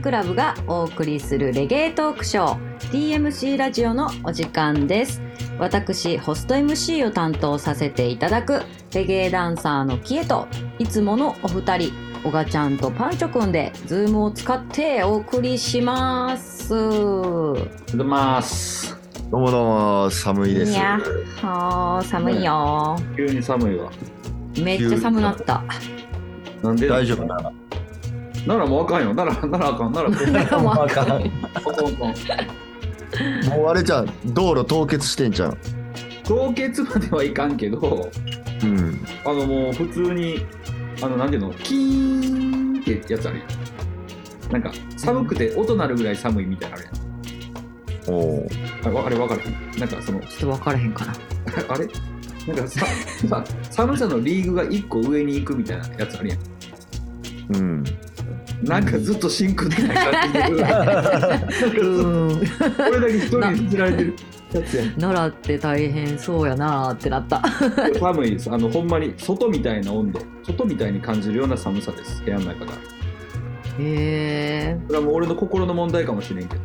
クラブがお送りするレゲエトークショー DMC ラジオのお時間です私ホスト MC を担当させていただくレゲエダンサーのキエといつものお二人おがちゃんとパンチョくんでズームを使ってお送りします出ます。どうもどうも、寒いです。やっほー寒いよ急に寒いわ。めっちゃ寒なったなんで大丈夫なならもうあかんよ。なら、ならあかん。な ら、なんもわかんないポンポンポンもうあれじゃん、道路凍結してんじゃん。凍結まではいかんけど、うん。あのもう普通に、あの、なんていうの、キーンってやつあるやん。なんか、寒くて音鳴るぐらい寒いみたいなのあるおうやん。あれわあれわかるなんかその、ちょっと分からへんかなあれなんかささ寒さのリーグが1個上に行くみたいなやつあるやん。うん。なんかずっと真空でないかって いう。なんかずっとこれだけ一人に作られてるやつやん。奈良って大変そうやなーってなった寒いです。あの、ほんまに外みたいな温度、外みたいに感じるような寒さです、部屋の中が。へこれはもう俺の心の問題かもしれんけど。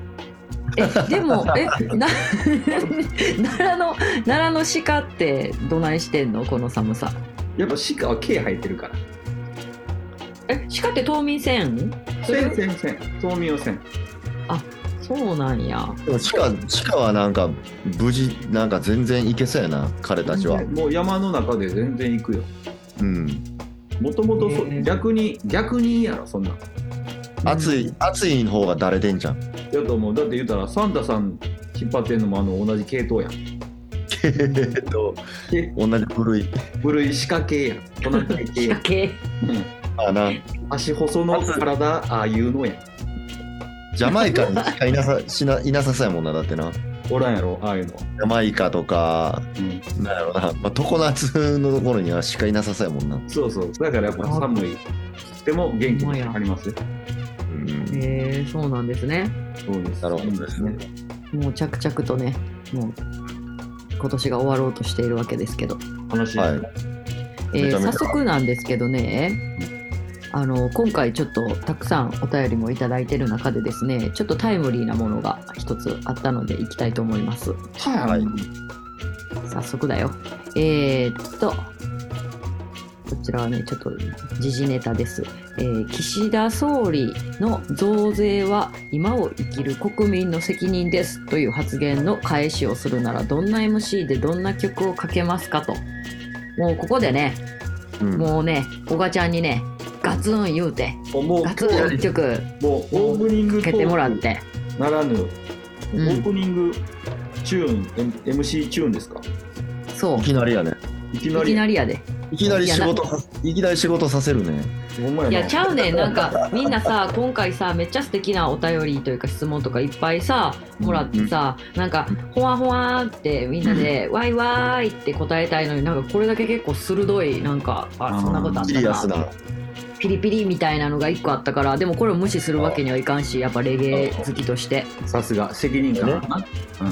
ーえで もえな 奈良の奈良の鹿ってどないしてんのこの寒さやっぱ鹿は毛生えてるから。え鹿って冬眠せんそれせんせんせん。冬眠をせん。そうなんやでも、地下、地下はなんか、無事、なんか全然行けそうやな、彼たちは。もう山の中で全然行くよ。うん。もともとそへー逆に、逆にやろ、そんなん。暑い、暑い方がだれてんじゃん。やと思う。だって言うたら、サンタさん引っ張ってんのもあの同じ系統やん。えっと、同じ古い。部類鹿系やん。同じ系や鹿ん。系うんあな、足細の体、ああいうのやん。ジャマイカにしかいなさ、しな、いなさそうやもんな、だってな。ジおらんやろ、ああいうの。ャマイカとか、うんなんやろな、まあ、常夏のところにはしかいなさそうやもんな。そうそう。だからやっぱ寒い。でも元気にありますよ。うん。へーそうなんですねそうですなるほどですね。もう着々とねもう今年が終わろうとしているわけですけど、楽しい。はい。えーめちゃめちゃ早速なんですけどねあの今回ちょっとたくさんお便りもいただいてる中でですねちょっとタイムリーなものが一つあったのでいきたいと思いますはい。はい早速だよえー、っとこちらはねちょっと時事ネタです、えー岸田総理の増税は今を生きる国民の責任ですという発言の返しをするならどんな MC でどんな曲をかけますかともうここでねうん。もうねおがちゃんにねガツン言うてもうガツン一曲もうオープニングかけてもらってならぬ、うんオープニングチューン、M、MC チューンですかそういきなりやね。いきないり。きなりやでいきなり仕事さ、いきなり仕事させるね。ほんまやいなやちゃうねんなんかみんなさ今回さめっちゃ素敵なお便りというか質問とかいっぱいさもらってさ、なんかほわほわーってみんなで、わいわーいって答えたいのになんかこれだけ結構鋭いなんかあそんなことあっシたリアスなな。ピリピリみたいなのが一個あったからでもこれを無視するわけにはいかんしやっぱレゲエ好きとしてさすが、責任感な。うん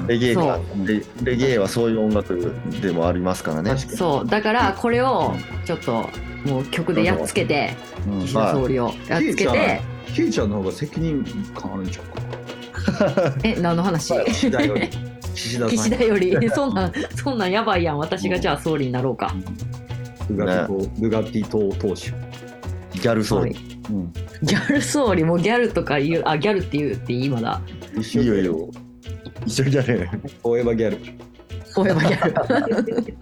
レゲエかそうレレゲエはそういう音楽でもありますからね。確かそうだからこれをちょっともう曲でやっつけてに。うん岸田総理をやっつけまあてケイちゃんの方が責任感あるんちゃ うかえ何の話岸田より。岸田さん。岸田より そんなんそんなんやばいやん私がじゃあ総理になろうか、うんルガティ党、ルガティ党党首。ギャルソはウいル。、うん。ギャル総理もギャルとか言うあギャルって言うっていいまだ一い緒いよいいよ。一緒にや れ。フォーエバーギャル。そういえばギャル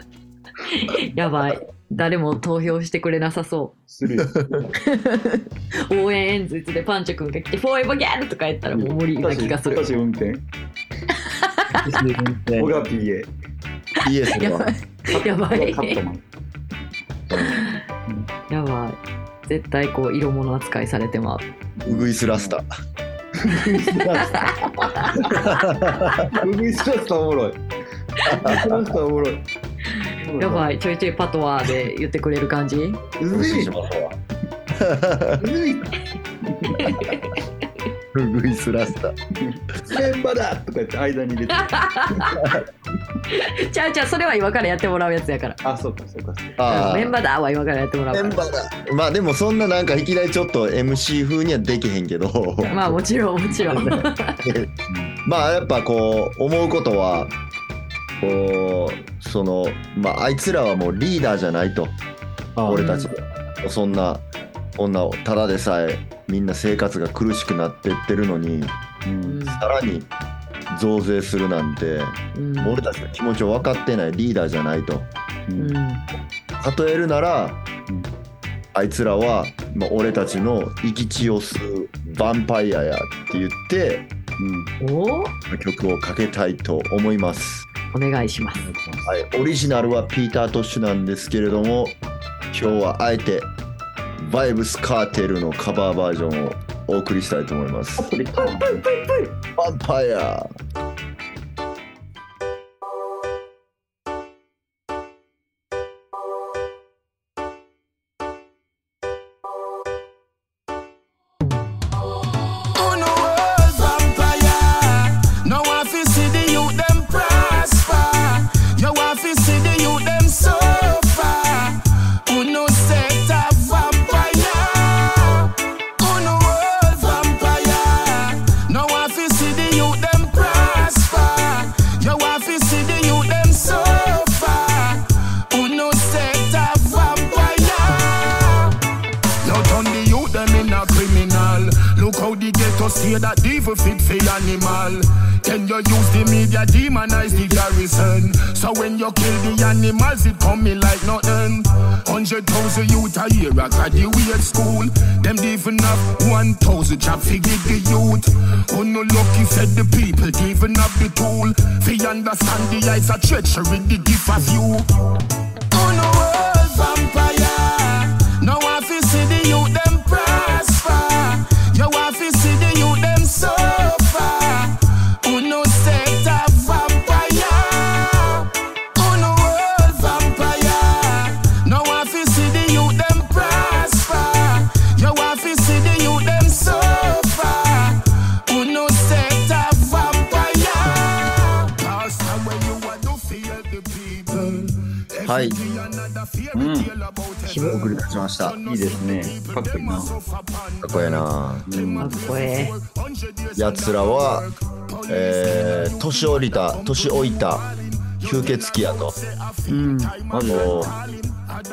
やばい誰も投票してくれなさそするよ。う応援演説でパンチョ君が来て「フォーエバーギャル!」とか言ったらもう無理な気がする私私運転。オガピーへ。イエスやはばいやばいカットマやン。ばい絶対こう色物扱いされてまうウグイスラスタ。ウグイスラスタおもろい。ウグイスラスタおもろい。やばいちょいちょいパトワーで言ってくれる感じい。うずい。うずい。うぐいすらした。メンバだとか言って間に入れて。ちゃうちゃうそれは今からやってもらうやつやからあ、そうか、そうか。あメンバーーだは今からやってもらうからメンバーだ。まあでもそんななんかいきなりちょっと MC 風にはできへんけど。 まあもちろんもちろん まあやっぱこう思うことはこうそのまああいつらはもうリーダーじゃないとあ俺たちそんなこんなただでさえみんな生活が苦しくなってってるのにうん。さらに増税するなんてうん俺たちの気持ちを分かってないリーダーじゃないとうん例えるならうんあいつらは、まあ、俺たちの生き血を吸うヴァンパイアやって言ってうん。お曲をかけたいと思います。お願いしますはい、オリジナルはピーター・トッシュなんですけれども今日はあえてバイブス・カーテルのカバーバージョンをお送りしたいと思います。ヴプリパンパンパンァンパイア Who know world vampire? No one fi see the youth them prosper. You want fi see the youth them suffer. Who know set a vampire? Who know world vampire? No one fi see the youth them prosper. You want fi see the youth them suffer. Who know set a vampire? Now turn the youth them in a criminal. Look how the ghetto say that the evil fit for animal. Can you use the media demonize the garrison? So when you kill the animals, it coming like nothing. Hundred thousand youth a year a graduate school. Them even up one thousand job fi give the youth. Who no lucky said the people giving up the tool. Fi understand the eyes a treachery the gift of you. Who know world vampire? No one fi see the youth them prosper. You want fi see the youth them suffer. Who know set a vampire? Who know world vampire? No one fi see the youth them prosper. You want fi see the youth them suffer. Who know set a vampire? Pastor, when you want to fear the people. はい、キモお送りいたしました。いいですね。かっこいいな。かっこええな。かっこえやつらは、えー年老いた年老いた吸血鬼やとえうんまず、こ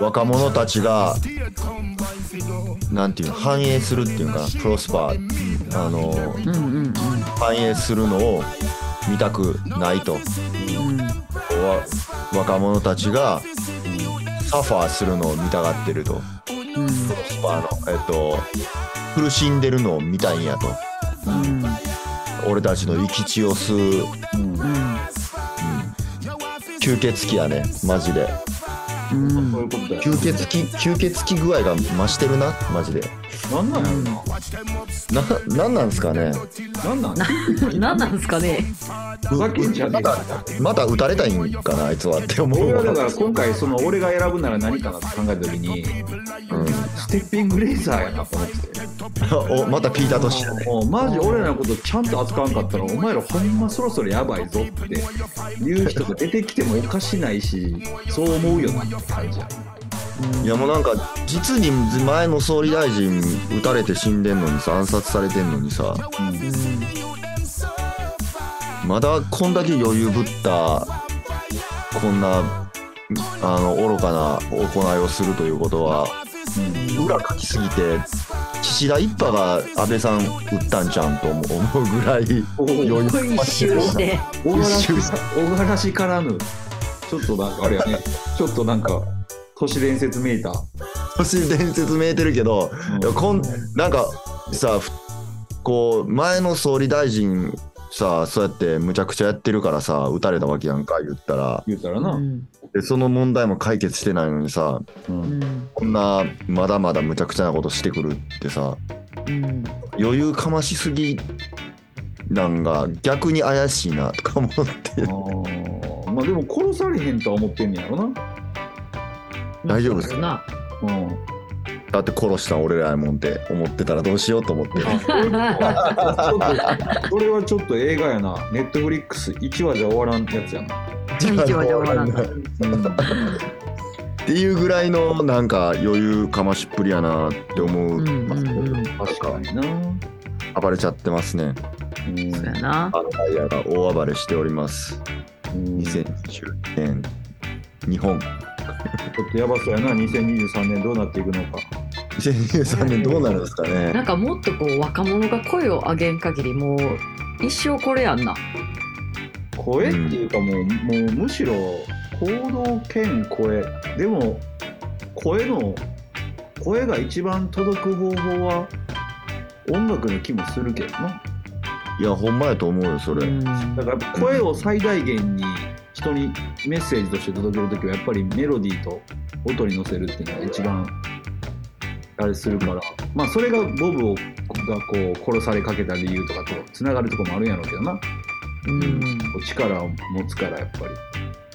う若者たちがなんていうの反映するっていうのかなプロスパー、あのうんうん反映するのを見たくないと。うんわ若者たちがサファーするのを見たがってるとうんあのえっと苦しんでるのを見たいんやとうん俺たちの生き血を吸う吸血鬼やねマジでうんうんそういうことだよ。吸血鬼吸血鬼具合が増してるなマジでなんなんやろな。ななんなんすかねなんなん何なんですかねふざけんじゃまねえよたまた打たれたいんかなあいつはって思う俺はだからわ今回その俺が選ぶなら何かなって考えた時にうんステッピングレーザーやなと思っておまたピーターとしてねもうマジ俺らのことちゃんと扱わんかったらお前らほんまそろそろやばいぞっていう人が出てきてもおかしないしそう思うよなって感じやいやもうなんか実に前の総理大臣撃たれて死んでんのにさ暗殺されてんのにさまだこんだけ余裕ぶったこんなあの愚かな行いをするということは、裏書きすぎて岸田一派が安倍さん撃ったんちゃうんと思うぐらいお余裕お一周して小柄し一周小柄しからぬちょっとなんかあれやねちょっとなんか都市伝説めいた都市伝説見えてるけど、いやこんなんかさふこう前の総理大臣さそうやってむちゃくちゃやってるからさ撃たれたわけやんか言ったら言うたらうな、んでその問題も解決してないのにさうんうんこんなまだまだむちゃくちゃなことしてくるってさうん余裕かましすぎなんが逆に怪しいなとか思ってあーまあでも殺されへんとは思ってんねやろな大丈夫ですなうんだって殺したん俺らやもんって思ってたらどうしようと思ってこれはちょっと映画やな。ネットフリックス1話じゃ終わらんやつやな。一話じゃ終わらんっうんていうぐらいのなんか余裕かましっぷりやなって思う、うんうんうん確かにな。暴れちゃってますねう んそうやなあのダイヤが大暴れしておりますうんちょっ2020年日本とやばそうやな。2023年どうなっていくのか。 2023年どうなるんですかなねんかもっとこう若者が声を上げん限りもう一生これやんな声っていうかもう,、もうむしろ行動兼声でも声の声が一番届く方法は音楽の気もするけどないやほんまやと思うよそれ、だからやっぱ声を最大限に人にメッセージとして届けるときはやっぱりメロディーと音に乗せるっていうのが一番あれするからまあそれがボブをがこう殺されかけた理由とかとつながるとこもあるんやろうけどなこうん、うん、う力を持つからやっぱり。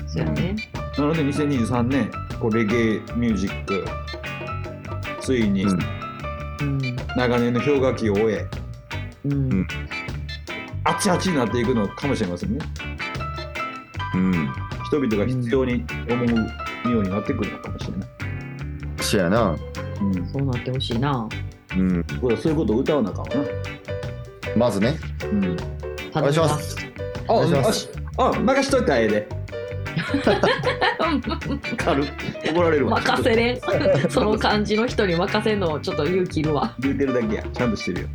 そうやねなので2023年こうレゲエミュージックついにうんうん長年の氷河期を終えうん、うんあっちあっちになっていくのかもしれませんねうん人々が必要に思うようになってくるのかもしれない、そやなうん、そうなってほしいなうんそうだそういうことを歌わなあかんわな、まずねうん、おお願いしますあお願いしまよすしあ任しといたらええで 軽っ怒られるわ任せ れんその感じの人に任せんのちょっと勇気いるわ言うてるだけやちゃんとしてるよ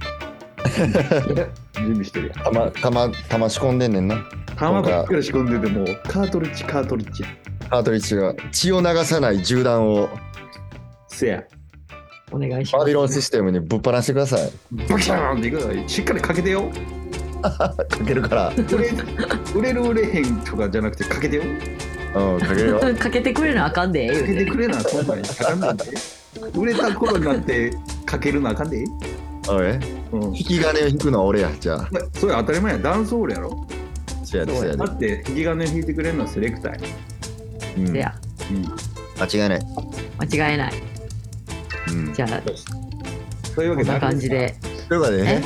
準備してるやたまたまたま仕込んでんねんな弾ばっかり仕込んでてもうカートリッジカートリッジやカートリッジが血を流さない銃弾をせやお願いしバまビすロンシステムにぶっ放してくださいバキャーンっていくのしっかりかけてよかけるから売れ売れる売れへんとかじゃなくてかけてようんかけるよかけてくれなあかんでか言うけててくれな今回かかんなんで売れた頃になってかけるなあかんで おいうん引き金を引くのは俺やじゃあまそれ当たり前やダンスホールやろそやでそやでだって引き金引いてくれるのはセレクターや、うんせや間違いない間違えないうんじゃあそういうわこけんな感じでということでね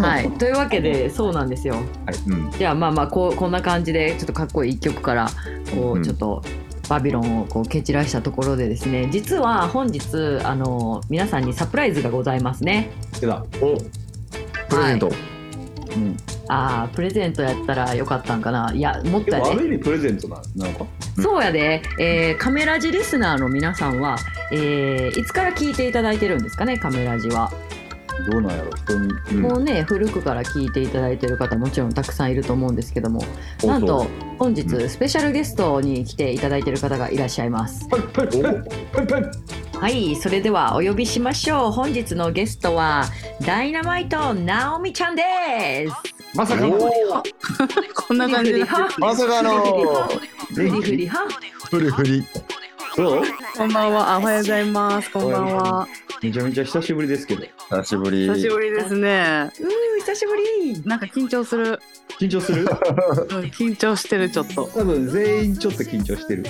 はいというわけでそうなんですようんじゃあまあまあこうこんな感じでちょっとかっこいい一曲からこううんちょっとバビロンをこう蹴散らしたところでですね実は本日あの皆さんにサプライズがございますねけだ、おプレゼントうん、ああプレゼントやったらよかったんかないやもっでたもあねる意味プレゼントななのかそうやで、えーカメラジリスナーの皆さんは、えーいつから聞いていただいてるんですかねカメラジは、どうなんやろ人にうんもうね古くから聞いていただいてる方もちろんたくさんいると思うんですけどもおなんとそう本日うスペシャルゲストに来ていただいてる方がいらっしゃいますパイパイパイパイパイはいそれではお呼びしましょう本日のゲストはダイナマイトナオミちゃんですまさかのおこんな感じで。まさかのフリフリはフリフリどうこんばんは。あ、おはようございます。こんばんは。めちゃめちゃ久しぶりですけど久しぶり久しぶりですね。うー久しぶりなんか緊張する。緊張するうん緊張してる、ちょっ と。 多分全員ちょっと緊張してる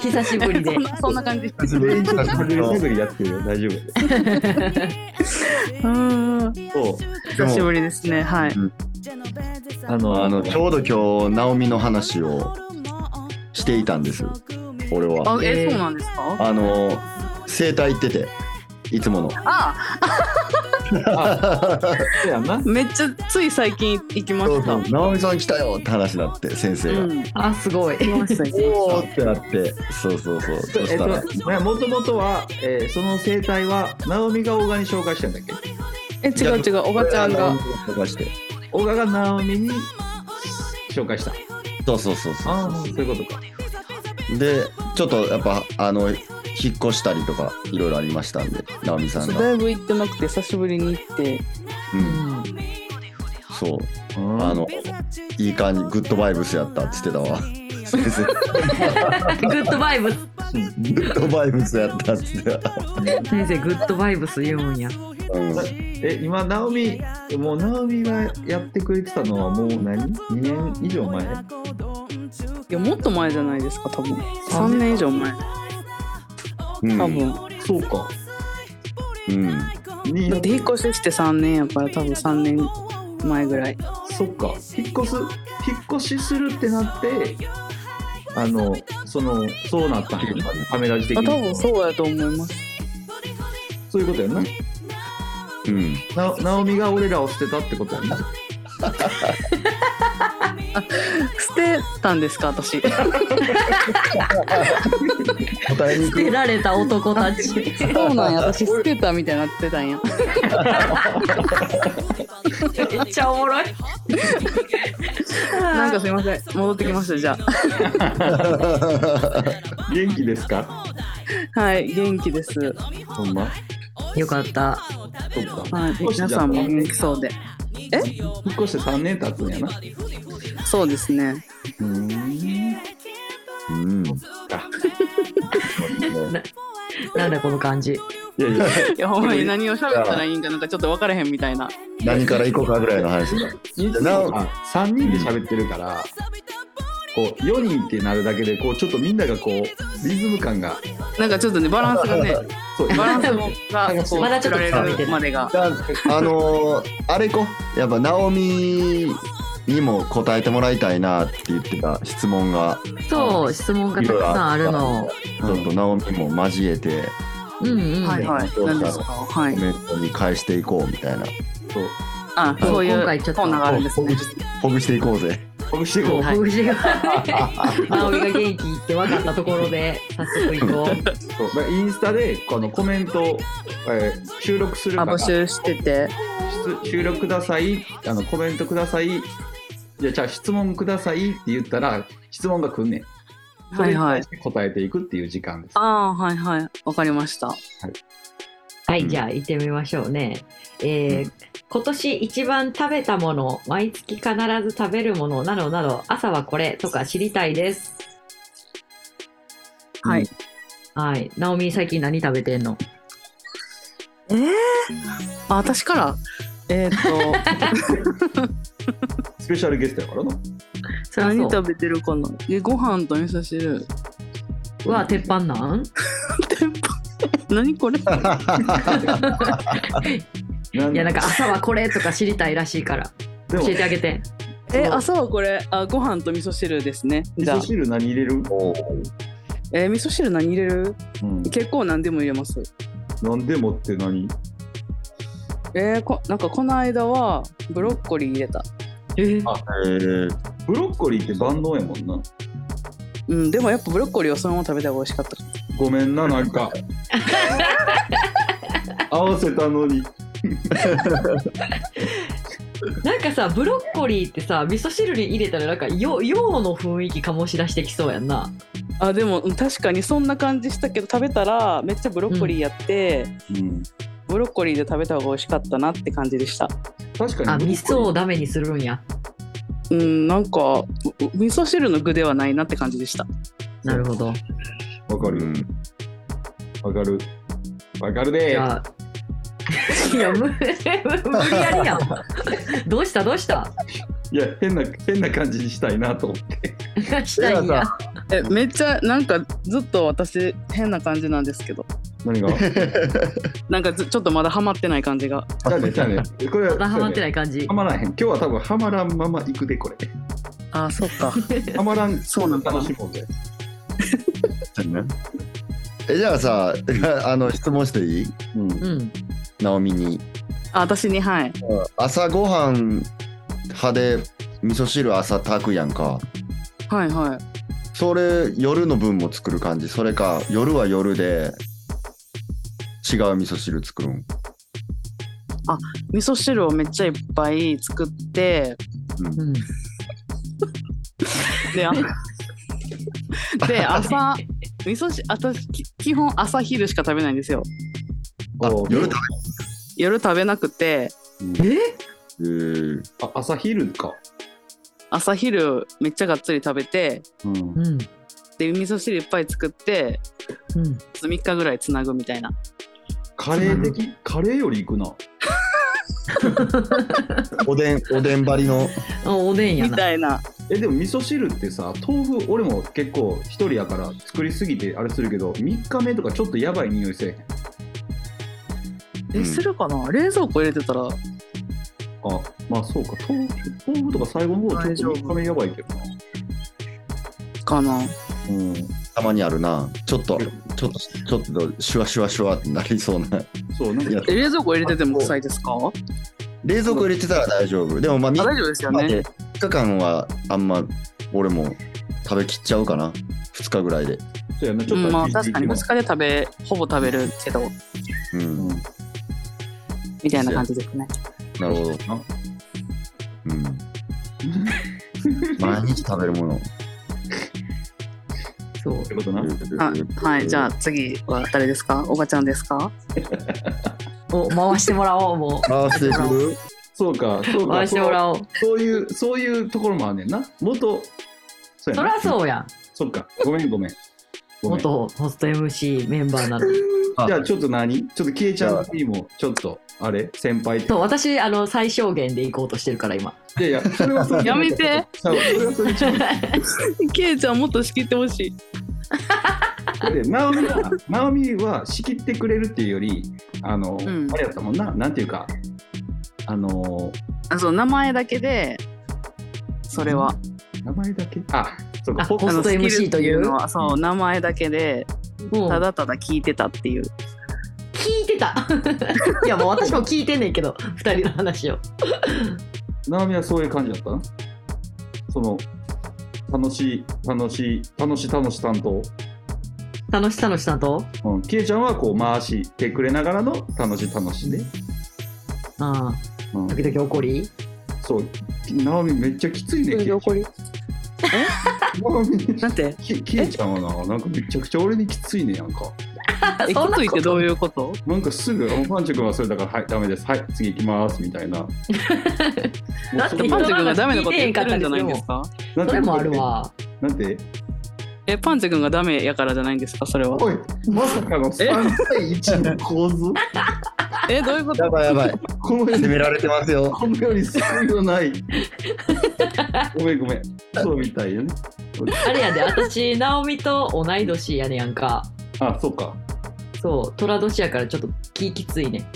久しぶりでそんな そんな感じ。久しぶり久しぶりのすぐにやってるよ大丈夫うん。そう久しぶりですね。はい。あのあのちょうど今日ナオミの話をしていたんです俺はあ、ええ、ーそうなんですか。あの整体行ってていつものあ、そうやんなめっちゃつい最近行きまそうしそた。う直美さん来たよって話になって先生が、うん。行あすごいきました行きまおしーってなってそうそうそうそえしったらと、もともとは、えーその生態は、ナオミがオガに紹介したんだっけたえ、違う違う、おばちゃんが。とかしてオガがナオミに紹介した。そうそうそうそああ、そういうことか。うでちょっとやっぱあの引っ越したりとかいろいろありましたんで直美さんがだいぶ行ってなくて、久しぶりに行って。うんそうあのいい感じグッドバイブスやったっつってた わ先生グッドバイブスグッドバイブスやったっつってた、先生グッドバイブス言うんやうん、え、今、ナオミ、もうナオミがやってくれてたのは、もう何 ?2 年以上前いや、もっと前じゃないですか、多分。三年以上前。うん多分。そうか。うんにだって引っ越しして3年やから多分3年前ぐらいそっか引っ越す引っ越しするってなってあのそのそうなったんやカメラ時的あ多に分そうやと思いますそういうことやんなうんなナオミが俺らを捨てたってことやんな捨てたんですか 私答えに捨てられた男たち。そうなんや私捨てたみたいになってたんやめっちゃおもろい。 なん かすいません戻ってきましたじゃ元気ですかあはい元気です、ほんまよかった。そっかはい、引っ越しじゃ皆さんも元気そうで引っ越して3年経つんやなうそうですねーんうんなんだこの感じ。いやいやいやほんまに何を喋ったらいいんかなんかちょっと分からへんみたいな何から行こうかぐらいの話だ人数なおが3人で喋ってるから、こう4人ってなるだけでこうちょっとみんながこうリズム感がなんかちょっとねバランスがねそうバランスがこうまだちょっと取られるまでがじゃあ、あのーあれこやっぱナオミにも答えてもらいたいなって言ってた質問がそう、質問がたくさんあるの。ちょっとナオミも交えてうんうん。はいはい何ですかはコいメントに返していこうみたいなそうあそういう今コ回ちょっとーナーがあるんですねほぐしていこうぜほぐしていこ うほぐしが。直美が元気って分かったところで、早速行こ う。そうだからインスタでこのコメントを、えー収録するあから募集しててし収録くださいあのコメントくださいじゃあじゃあ質問くださいって言ったら質問が来んねんそはれいには対いして答えていくっていう時間です、ああーはいはいわかりましたはい、じゃあ行ってみましょうね。えー今年一番食べたもの、毎月必ず食べるものなどなど、朝はこれとか知りたいです。はいはい。ナオミ最近何食べてんのえー、あ私からえーっスペシャルゲストやからなそとりゃ何そう食べてるかなえご飯と味噌汁は鉄板なん何これないやなんか朝はこれとか知りたいらしいからでも教えてあげてえ朝はこれあご飯と味噌汁ですね味じゃあ噌、汁何入れる、おえー味噌汁何入れるうん、結構何でも入れます何でもって何えー、こなんかこの間はブロッコリー入れたええー、ブロッコリーって万能やもんなうんでもやっぱブロッコリーをそのまま食べた方が美味しかったごめんななんか合わせたのになんかさブロッコリーってさ味噌汁に入れたらなんかよ洋の雰囲気醸し出してきそうやんなあでもうん確かにそんな感じしたけど食べたらめっちゃブロッコリーやって、うんブロッコリーで食べた方が美味しかったなって感じでした確かあに味噌をダメにするんやうんなんかう味噌汁の具ではないなって感じでしたなるほどわかうるんわかるわかるでじゃあいや無無理やりやんどうしたどうしたいや変な変な感じにしたいなと思ってしたいんやえめっちゃなんかずっと私変な感じなんですけど何がなんかずちょっとまだハマってない感じがじゃあねじゃあねこれまだハマってないい感じハマらへん今日は多分ハマらんまま行くでこれあーそっかハマらんそうなんだ楽しもうぜえじゃあさ あの質問していいうんうんナオミに あ私にはい朝ごはん派で味噌汁朝炊くやんかはいはいそれ夜の分も作る感じそれか夜は夜で違う味噌汁作るん味噌汁をめっちゃいっぱい作ってうんであで朝味噌汁私き基本朝昼しか食べないんですよあお夜食夜食べなくてべるあ朝昼か朝昼めっちゃがっつり食べてうんうんで味噌汁いっぱい作ってうん3日ぐらいつなぐみたいなカレー的カレーより行くなおでんおでんばりのあおでんやみなたいなえでも味噌汁ってさ豆腐俺も結構一人やから作りすぎてあれするけど3日目とかちょっとやばい匂いせえへうんえんするかな冷蔵庫入れてたらあまあそうか豆腐豆腐とか最後の方ちょっと大丈夫3日目やばいけどなかなうんたまにあるなちょっとちょっとちょっとシュワシュワシュワってなりそうなそうなんいやかえ冷蔵庫入れてても臭いですかあ冷蔵庫入れてたら大丈夫でもまあ大3丈夫ですよ日ねで3日間はあんま俺も食べきっちゃうかな2日ぐらいでそうやなちうょっんとまあ味付確いかてにみよ2う日で食べほぼ食べるけどうんうんみたいな感じですねなるほどなうん毎日食べるものそうってことなあはいじゃあ次は誰ですかおばちゃんですかお回してもらおうも回してくるそうかそううか回してもらおうそういうそういうところもあんねんな元そうそならそうやんそっかごめんごめんごめんじ元ホスト MC メンバーなのにゃあちょっと何ちょっとキエちゃんにもちょっとあれ先輩そう私あの最小限で行こうとしてるから今いやいやそれはそれでやめてそうそれはそれでケイちゃんもっと仕切ってほしいで直美は直美は仕切ってくれるっていうよりあの、んあれやったもんななんていうかあのあそう名前だけでそれは名前だけあそうかあホホあスのトスキル MC ってといいううのはそう名前だけでうんただただ聞いてたっていう聞いてた いやもう私も聞いてんねんけど二人の話を直美はそういう感じだったなその楽しい楽しい楽しい楽しい担当楽し楽しさんとうん、キエちゃんはこう回してくれながらの楽しい楽しいね、あうんあ、時々怒りそう直美めっちゃきついねキエ ちゃん直美なんてきキエちゃんはななんかめちゃくちゃ俺にきついねやんかえきそんなついってどういうことなんかすぐ「あパンチョ君はそれだからはいダメですはい次行きます」みたい なもうだってそれパパンンチチョ君ョが君がダダメメななこことと言言っっててるるんじゃなんんじゃないいんでですそなんすかてれもあるわなんてえパンチョ君がダメやからじゃないんですかそれはおいまさかの3対1の構図えどういうことやばいやばい この世責にめられてますよこの世に救いのない ごめんごめんそうみたいよねあれやで私直美と同い年やねやんかあそうかそう虎年やからちょっと気きついね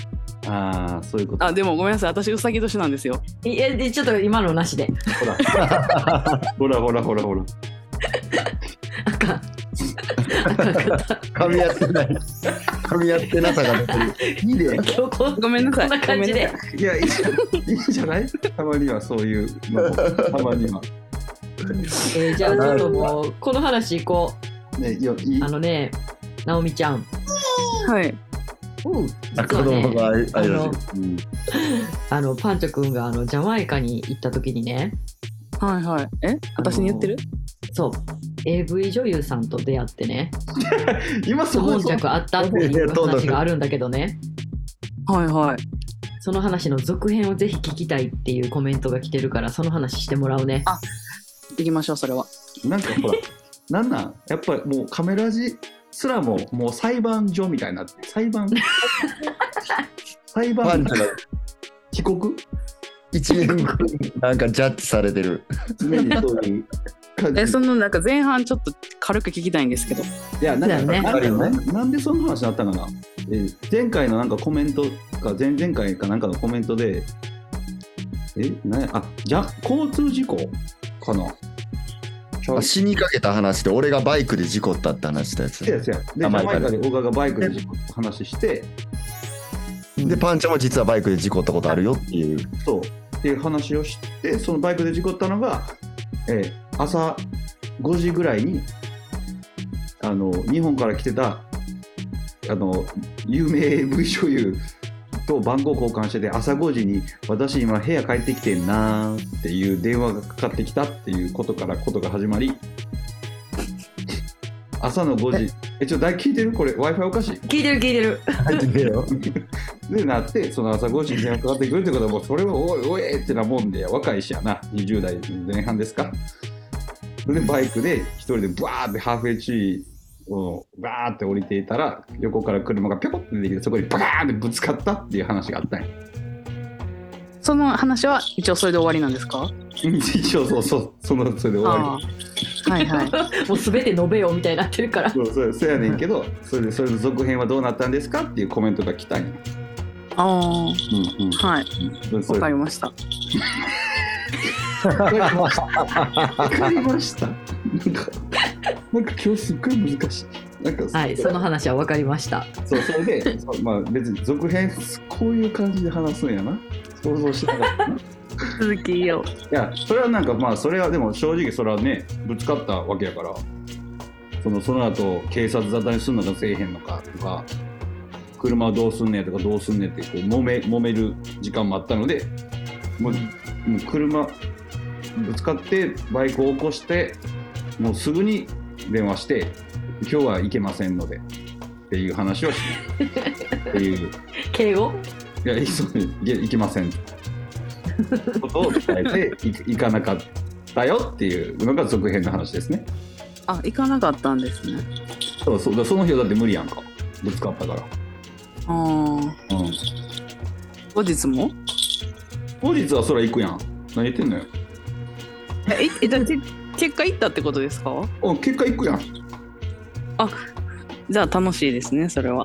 ああそういうことあでもごめんなさい私うさぎ年なんですよいえでちょっと今のなしでほら ほらほらほらほらあかん噛み合ってない噛み合ってなさが出てるいいね今日こんごめんなさいこんな感じでいやいいじゃんいいじゃないたまにはそういうのもたまにはえーじゃあちょっともうこの話いこねいやいいうあのね直美ちゃんごめんなさいうんあ実子は供ねが愛らしいあのあのパンチョ君があのジャマイカに行った時にねはいはいはいえ私に言ってるそう AV 女優さんと出会ってね今そこ悶そ着あったっていう話があるんだけどねはいはいその話の続編をぜひ聞きたいっていうコメントが来てるからその話してもらうね行きましょうそれはなんか ほら、なんなん、やっぱりもうカメラジすらも、もう裁判所みたいになって、裁 判、裁パ判ン、チが帰国一年後になんかジャッジされてる常にそういう感じ。えそのなんか前半ちょっと軽く聞きたいんですけどいや、なんか、そうだよねなんかなんなんでその話になったかな。えー前回のなんかコメントか、前々回かなんかのコメントで、え、なんや、あ、じゃ、交通事故かな。ちゃう死にかけた話で俺がバイクで事故ったって話したやつせやせや。で、ジあャまマあイカで小川がバイクで事故った話して、でパンチも実はバイクで事故ったことあるよっていうそうっていう話をしてそのバイクで事故ったのが、えー朝5時ぐらいにあの日本から来てたあの有名 AV 女優と番号交換してて朝5時に「私今部屋帰ってきてんな」っていう電話がかかってきたっていうことからことが始まり朝の5時えちょっと大聞いてるこれ w i f i おかしい聞いてる聞いてる入ってみよでなってその朝5時に電話かかってくるってことはもうそれはおいおいってなもんで若いしやな20代前半ですかそれでバイクで一人でバーってハーフウェイ地位をバーって降りていたら横から車がピョコって出てきてそこにバーンってぶつかったっていう話があったんやその話は一応それで終わりなんですか 一応そうそうそのそれで終あわあはいはい。もう全て述べようみたいになってるから りそうそうそうやねんけどそれでそれの続編はどうなったんですかっていうコメントが来たんやあうんあ、はい。うんそわれかりました。わかりました。なんか、なんか今日すっごい難しい。なんか、はいその話は分かりましたそう、それで、そうまあ、別に続編、こういう感じで話すんやな。想像してなかったな。い続きを。や、それはなんか、まあ、それはでも、正直、それはね、ぶつかったわけやから。その、その後、警察沙汰にすんのか、せえへんのかとか。車をどうすんねやとか、どうすんねんって、こう、揉め、揉める時間もあったので。もう、もう車。ぶつかって、バイクを起こして。もうすぐに電話して、今日は行けませんので、っていう話をしっていう、い敬語や、いそういけ行けません。ことを伝えて、い行かなかったよっていうのが続編の話ですね。あ、行かなかったんですね。そうそう、だその日はだって無理やんか。ぶつかったから。ああ、うん。後日も。後日はそら行くやん。何言ってんのよ。え、え、じゃあ、け結果行ったってことですか。うん、結果行くやん。じゃあ、楽しいですね、それは。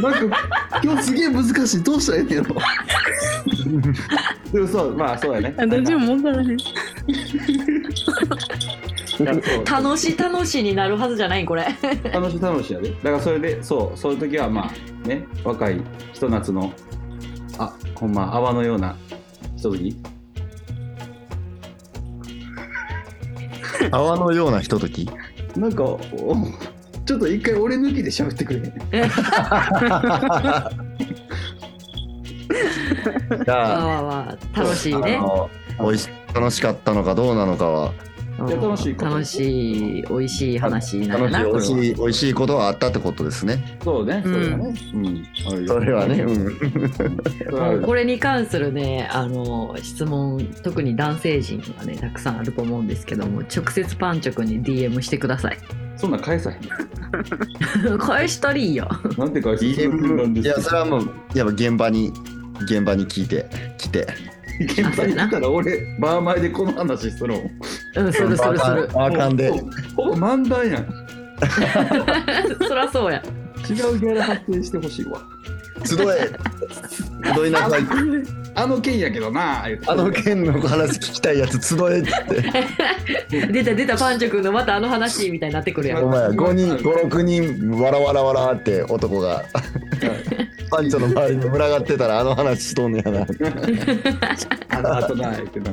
なんか、 今日すげえ難しい。どうしたらええねんのでもそう、まあそうやね。も問題ない。いやそう楽しい楽しいになるはずじゃないこれ楽しい楽しいやでだからそれでそうそういう時はまあね若いひと夏のあほんま泡のようなひととき泡のようなひとと き。なんかおちょっと一回俺抜きで喋ってくれへんじ ゃわああわあわあ楽しいねあのおいし楽しかったのかどうなのかはうんいや楽しいこと楽しい美味しい話にな楽るしなこれい美味はしい美味しいことはあったってことですね。そうねそれはねうん、それはね、うん、もうこれに関するねあの質問特に男性陣がねたくさんあると思うんですけども直接パンチョくんに DM してください そんなん返さへん返したりいいよなんて返すなんでいすやそれはもうやっぱ現場に現場に聞いて来て。現場に行ったら俺バー前でこの話するもんうんするするするあかんで。ほぼ漫談やんそりゃそうや違うギャラ発生してほしいわ集え集いなさい。あの件やけどな言うてあの件の話聞きたいやつ集えって。出た出たパンチョくんのまたあの話みたいになってくるやん お前5人56人わらわらわらって 男がパンチョの周りに群がってたらあの話しとんねやな。あの後な言ってな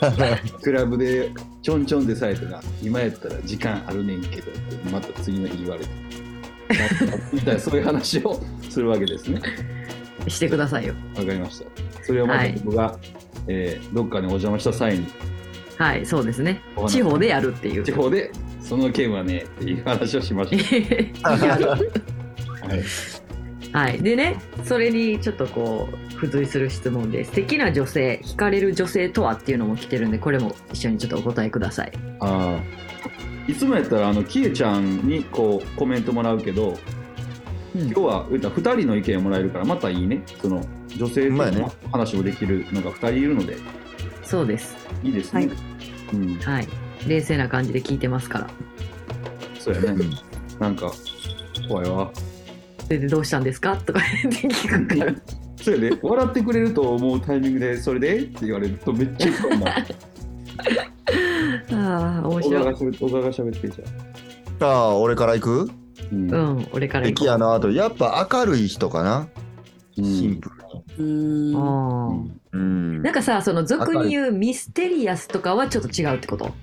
クラブでちょんちょんでさえてな今やったら時間あるねんけどってまた次の日言われてみたいなそういう話をするわけですねしてくださいよわかりましたそれをまたはい僕が、えーどっかにお邪魔した際にはいそうですねお話地方でやるっていう地方でその件はねっていう話をしました、はい、 はい、でねそれにちょっとこう付随する質問で「素敵な女性惹かれる女性とは?」っていうのも来てるんでこれも一緒にちょっとお答えくださいあーいつもやったらあのキエちゃんにこうコメントもらうけどうん今日は言うたら2人の意見をもらえるからまたいいねその女性とまあねの話もできるのが2人いるのでそうですいいですね、はいうんはい冷静な感じで聞いてますからそうやねなんか怖いわそれでどうしたんですかとか言って聞くからそれで笑ってくれると思うタイミングでそれでって言われるとめっちゃ怖いなああ面小白川がいしゃべ小川が喋ってじゃじゃあ俺から行くううんうん俺から行敵こうやなとやっぱ明るい人かな、シンプルうーん。あうーんうんなんかさその俗に言うミステリアスとかはちょっと違うってこと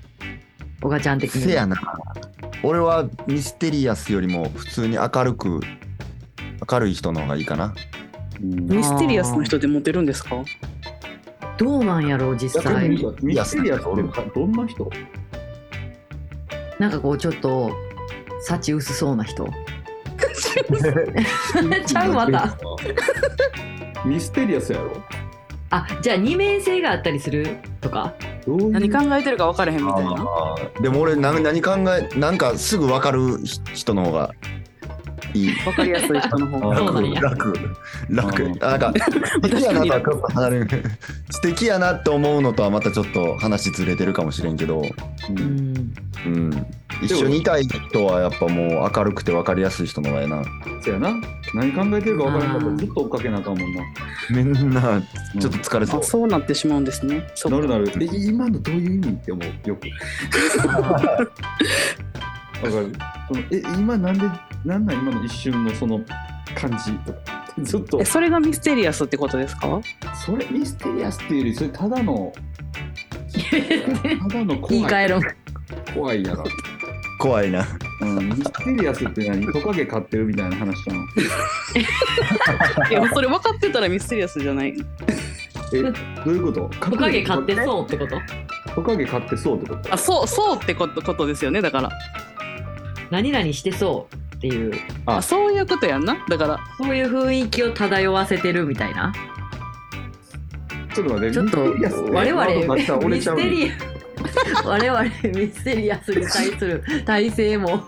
おがちゃん的にせやな俺はミステリアスよりも普通に明るく明るい人の方がいいかなうんミステリアスの人ってモテるんですか。どうなんやろう実逆際にミステリアスってどんな人なんかこうちょっと幸薄そうな人ちゃうまたミステリアスやろあじゃあ二面性があったりするとかどういう何考えてるか分からへんみたいな。あーでも俺何何考えなんかすぐ分かる人の方がいい。わかりやすい人の方あが。そうなんや楽楽うんあ なんか素敵私やよなりとはち楽ょっと離れる素敵やなって思うのとはまたちょっと話ずれてるかもしれんけど、うんうんうん、一緒にいたい人はやっぱもう明るくて分かりやすい人の方がええなそやな。何考えてるか分からんかっあたーらずっと追っかけなあかんもんな。みんなちょっと疲れてあそうなってしまうんですね。そなうるなる。え、今のどういう意味って思う、よく。わかる。そのえ、今なんで、なんなん今の一瞬のその感じとか。 ずっとえ、それがミステリアスってことですかそれミステリアスっていうより、それた だの、ただの言い換怖い、えろ怖いやろ。怖いなうん、ミステリアスって何トカゲ飼ってるみたいな話かな。いやそれ分かってたらミステリアスじゃない。え、どういうことトカゲ買ってう。そうってことトカゲ飼ってそうってことあ、そう、そうってことことですよね、だから。何々してそうっていうああ、そういうことやんな。だから、そういう雰囲気を漂わせてるみたいなちょっと待って、ちょっとミステリアスって我ワードがさ々折ミれちゃスうねテリア 我々ミステリアスに対す る体制も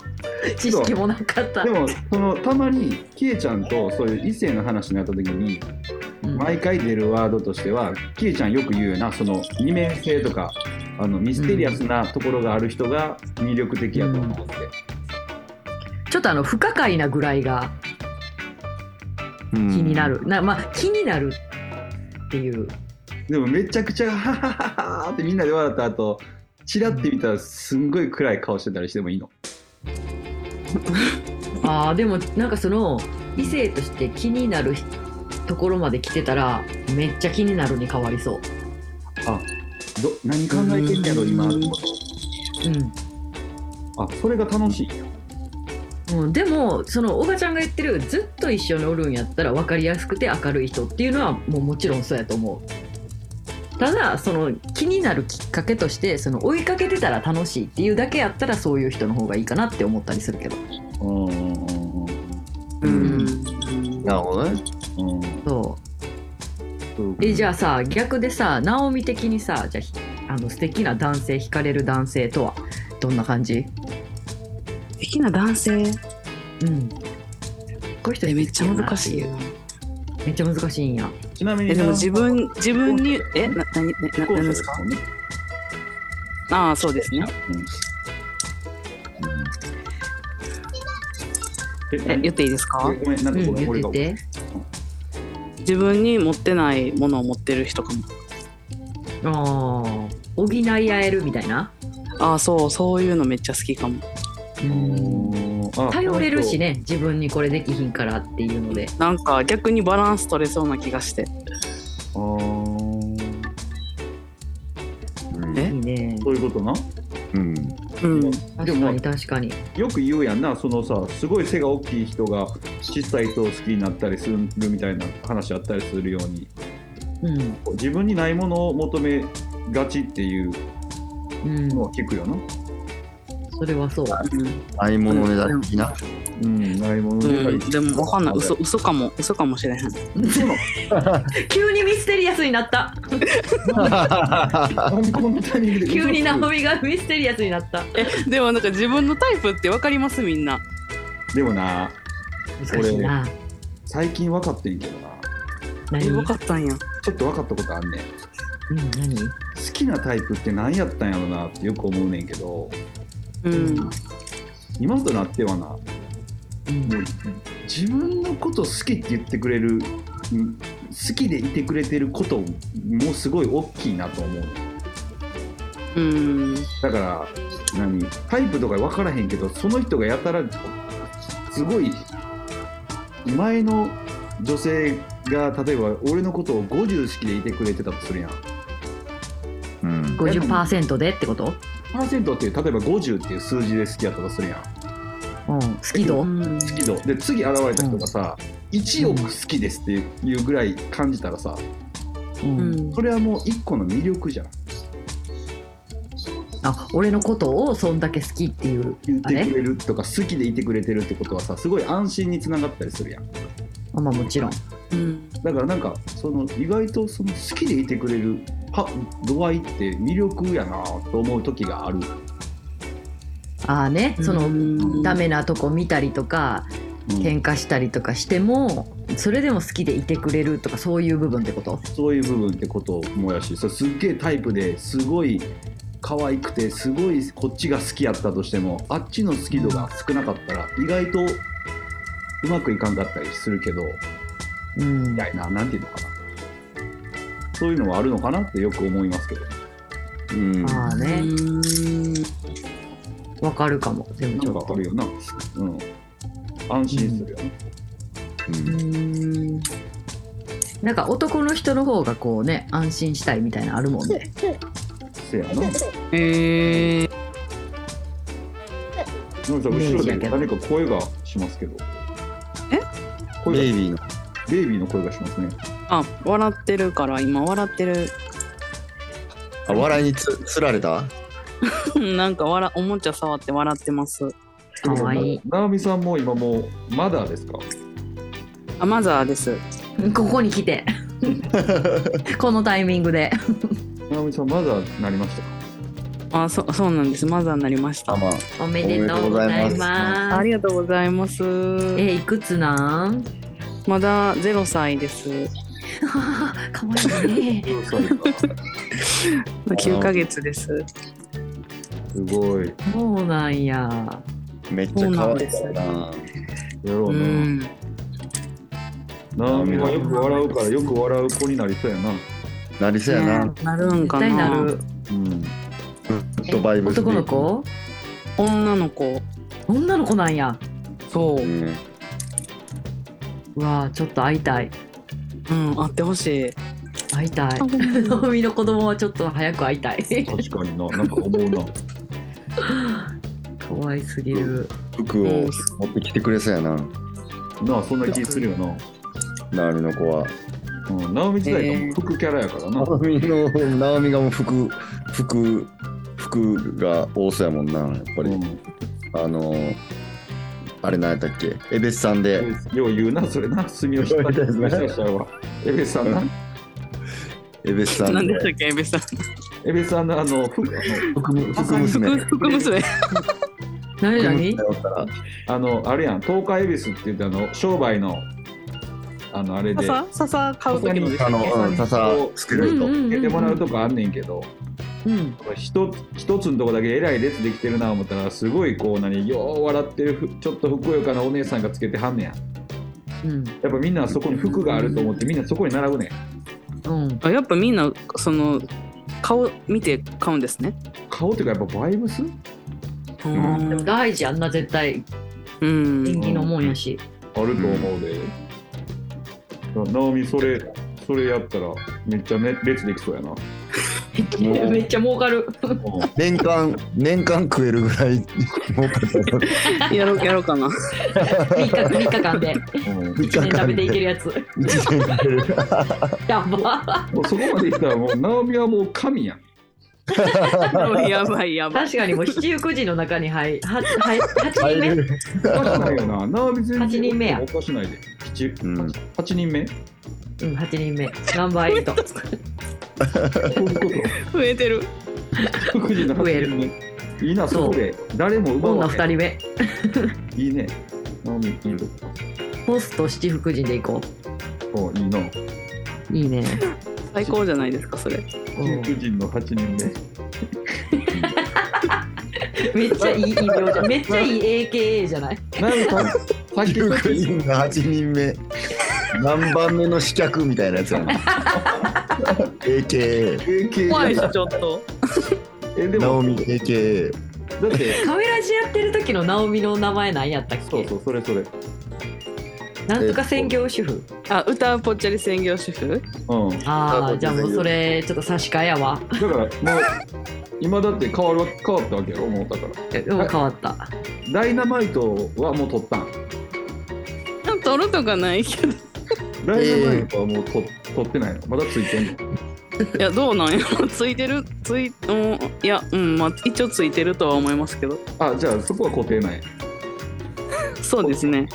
知識もなかったでもそのたまにキエちゃんとそういう異性の話になった時にうん毎回出るワードとしてはキエちゃんよく言うよなその二面性とかあのミステリアスなところがある人が魅力的やと思って、ちょっとあの不可解なぐらいが気気になる、なまあ気になるっていうでもめちゃくちゃ「ハハハハ」ってみんなで笑った後チラって見たらすんごい暗い顔してたりしてもいいのあーでもなんかその異性として気になるところまで来てたらめっちゃ気になるに変わりそうど何考えてんやろ今ってこうとあそれが楽しいんやん、うん、でもそのおがちゃんが言ってるずっと一緒におるんやったら分かりやすくて明るい人っていうのはもうもちろんそうやと思うただその気になるきっかけとしてその追いかけてたら楽しいっていうだけやったらそういう人の方がいいかなって思ったりするけどうんうんうんうんんなるほどねうんうんそうそうえじゃあさ逆でさナオミ的にさじゃあひあの素敵な男性惹かれる男性とはどんな感じ素敵な男性うんこういう人えめっちゃ難しいよ。めっちゃ難しいんやちなみにえでも自分自分にえな何な非な公何開でですすかもんねああそうですねえ言っていいですかえごめん、なうんかんごめん、言俺っが。てて自分に持ってないものを持ってる人かもあー補い合えるみたいなああそうそういうのめっちゃ好きかもあ頼れるし。ね自分にこれできひんからっていうのでなんか逆にバランス取れそうな気がしてあーうんえいいねそういうことな。うんうん確かに確かによく言うやんな、そのさ、すごい背が大きい人が小さい人を好きになったりするみたいな話あったりするように、うん自分にないものを求めがちっていううんのは聞くよな。それはそうないものねだりなうん、ないものうねだん、りでもわかんない嘘嘘嘘かも嘘かもしれへん急にミステリアスになったなんでこんなタイミングで嘘つく急にナオミがミステリアスになったえ でもなんか自分のタイプってわかりますみんなでもな、難しいな最近分かってんけどな、え何うわんかったんやちょっと分かったことあんねん。何好きなタイプって何やったんやろなってよく思うねんけど、うん今となってはな、うんもう自分のこと好きって言ってくれるうん好きでいてくれてることもすごい大きいなと思ううんだから何タイプとか分からへんけどその人がやたらすごい前の女性が例えば俺のことを50好きでいてくれてたとするやんうん50%でってことパーセントっていう例えば50っていう数字で好きやったとするやんうん好き度うん好き度で次現れた人がさ1億好きですっていうぐらい感じたらさううんんそれはもう一個の魅力じゃんあ俺のことをそんだけ好きっていう言っあてれくれるとか好きでいてくれてるってことはさすごい安心につながったりするやんあまあもちろんうんだからなんかその意外とその好きでいてくれるは度合いって魅力やなと思う時があるああねそのうんダメなとこ見たりとかうん喧嘩したりとかしてもそれでも好きでいてくれるとかそういう部分ってことそういう部分ってこともやしそれすっげえタイプですごい可愛くてすごいこっちが好きやったとしてもあっちの好き度が少なかったら意外とうまくいかんかったりするけどうんみたいななんていうのかなそういうのはあるのかなってよく思いますけどうんまあねわかるかもでもちなんょっかとあるよなうん安心するよね、うんなんか男の人の方がこうね安心したいみたいなのあるもんねせやななんかえー、さ後ろで誰か声がしますけどえ声ベイがビーのベイビーの声がしますねあ笑ってるから今笑ってる あ笑いにつつられたなんか笑おもちゃ触って笑ってますかわいいなおみさんも今もうマダーですかあマザーですここに来てこのタイミングでなおみさんマザーになりましたかあそそうなんですマザーになりましたあまあおめでとうござおめいでとうございますありがとうございますえいくつなん まだゼロ歳ですあーかわいいね。 9ヶ月ですすごいそうなんや。めっちゃ可愛いからなやろううな、んなおみはよく笑うからよく笑う子になりそうやななりそうやな、ねなるん絶かな対なる。うんドバイブス男の子？女の子女の子なんや。そうう、んうわあちょっと会いたい。うん、会ってほしい会いた い。のみの子供はちょっと早く会いた い。確かにななんか思うな可愛すぎる。服を持ってきてくれそうやななあそんな気するよなナオミの子はうん、ナオミ時代がもう服キャラやからナな、オミのナオミがもう服服服が多そうやもんなやっぱり、うあのーあれ何やったっけエベスさんで、ん、よう言うなそれな住吉そうみたいですね吉田はエベさんなエベスさん何ででしたっけエビさんエベさんのあの服福む福娘福福娘なになに？あのあのあれやん東海エベスって言ってあの商売のあのあれで笹笹買う時のでしたあっけの、うん、笹つけると、うんつけてもらうとこあんねんけどうん。一つ一つのとこだけえらい列できてるな思ったらすごいこう何よう笑ってるふちょっとふくよかなお姉さんがつけてはんねやうん。やっぱみんなそこに服があると思ってみんなそこに並ぶねんうん。あやっぱみんなその顔見て買うんですね顔っていうかやっぱバイブスうでもん、大事あんな絶対うん人気のもんやし。あると思うで、なおみそれそれやったらめっちゃ、ね、列できそうやな うんめっちゃ儲かる。年間年間食えるぐらい儲かったやろうやろうかな三日三日 間でうん一年食べていけるやつ。一年食べるやば。もうそこまで来たらもうなおみはもう神やんやばいやばい確かにもう七福神の中に入はは八人目入。るおかしないよななおみ全然八人目やおかしないで七うん八八人目うん、8人目。ナンバーエイト。そういうこ増えてると 9時の八人目いいなそこで誰も奪女わ2ない人目。いいねなおみいいとポスト七福神で行ここおいいなう。いいね。最高じゃないですかそれ 9人の八人目めっちゃいい異名じゃん。めっちゃいい AKA じゃない。なおみさん さっき19人が8人目何番目の試客みたいなやつやな AKA AKA 怖いしちょっとえでナもオミ AKA だってカメラジやってる時のナオミの名前何やったっけそうそうそれそれなんとか専業主婦。あ歌うぽっちゃり専業主婦うんああ、じゃあもうそれちょっと差し替えやわ。だからもう今だって変わるわ変わったわけやろもうだからえもう変わった。ダイナマイトはもう取ったん取るとかないけどダイナマイトはもう取,、取ってないのまだついてんのいやどうなんやろついてるついうんいやうんまあ一応ついてるとは思いますけどあじゃあそこは固定ないそうですね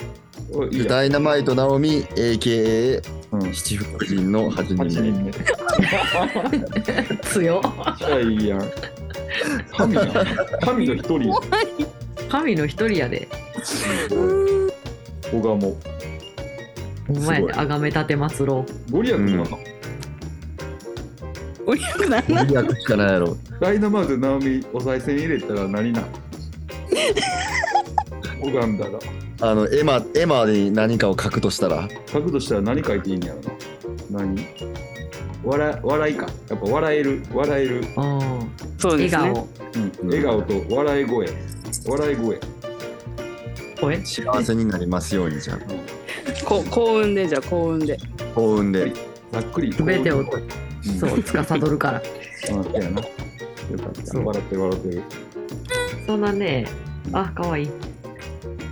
おいいでや、ダイナマイトナオミ AKA うん、8七福神の8人目人目じ強っ。ゃあいいやん神やん神の一人神の一人やで。僕はもうほんまやすねごいあがめ立てまつろうご利益なの、お肉なんな2役しかないやろ。ダイナマイト直美お賽銭入れたら何なん拝んだらあの、エマ、エマに何かを書くとしたら、書くとしたら何書いていいんやろな何笑笑いかやっぱ笑える笑える、うんそうで笑す顔ね。うん、笑顔と笑い声笑い声声幸せになりますようにじゃん。こ幸運でじゃあ幸運で。幸運で。ざっくり全てをうんそう司る からあそうやなよかった笑ってる笑ってるそんなね、あ、かわいい。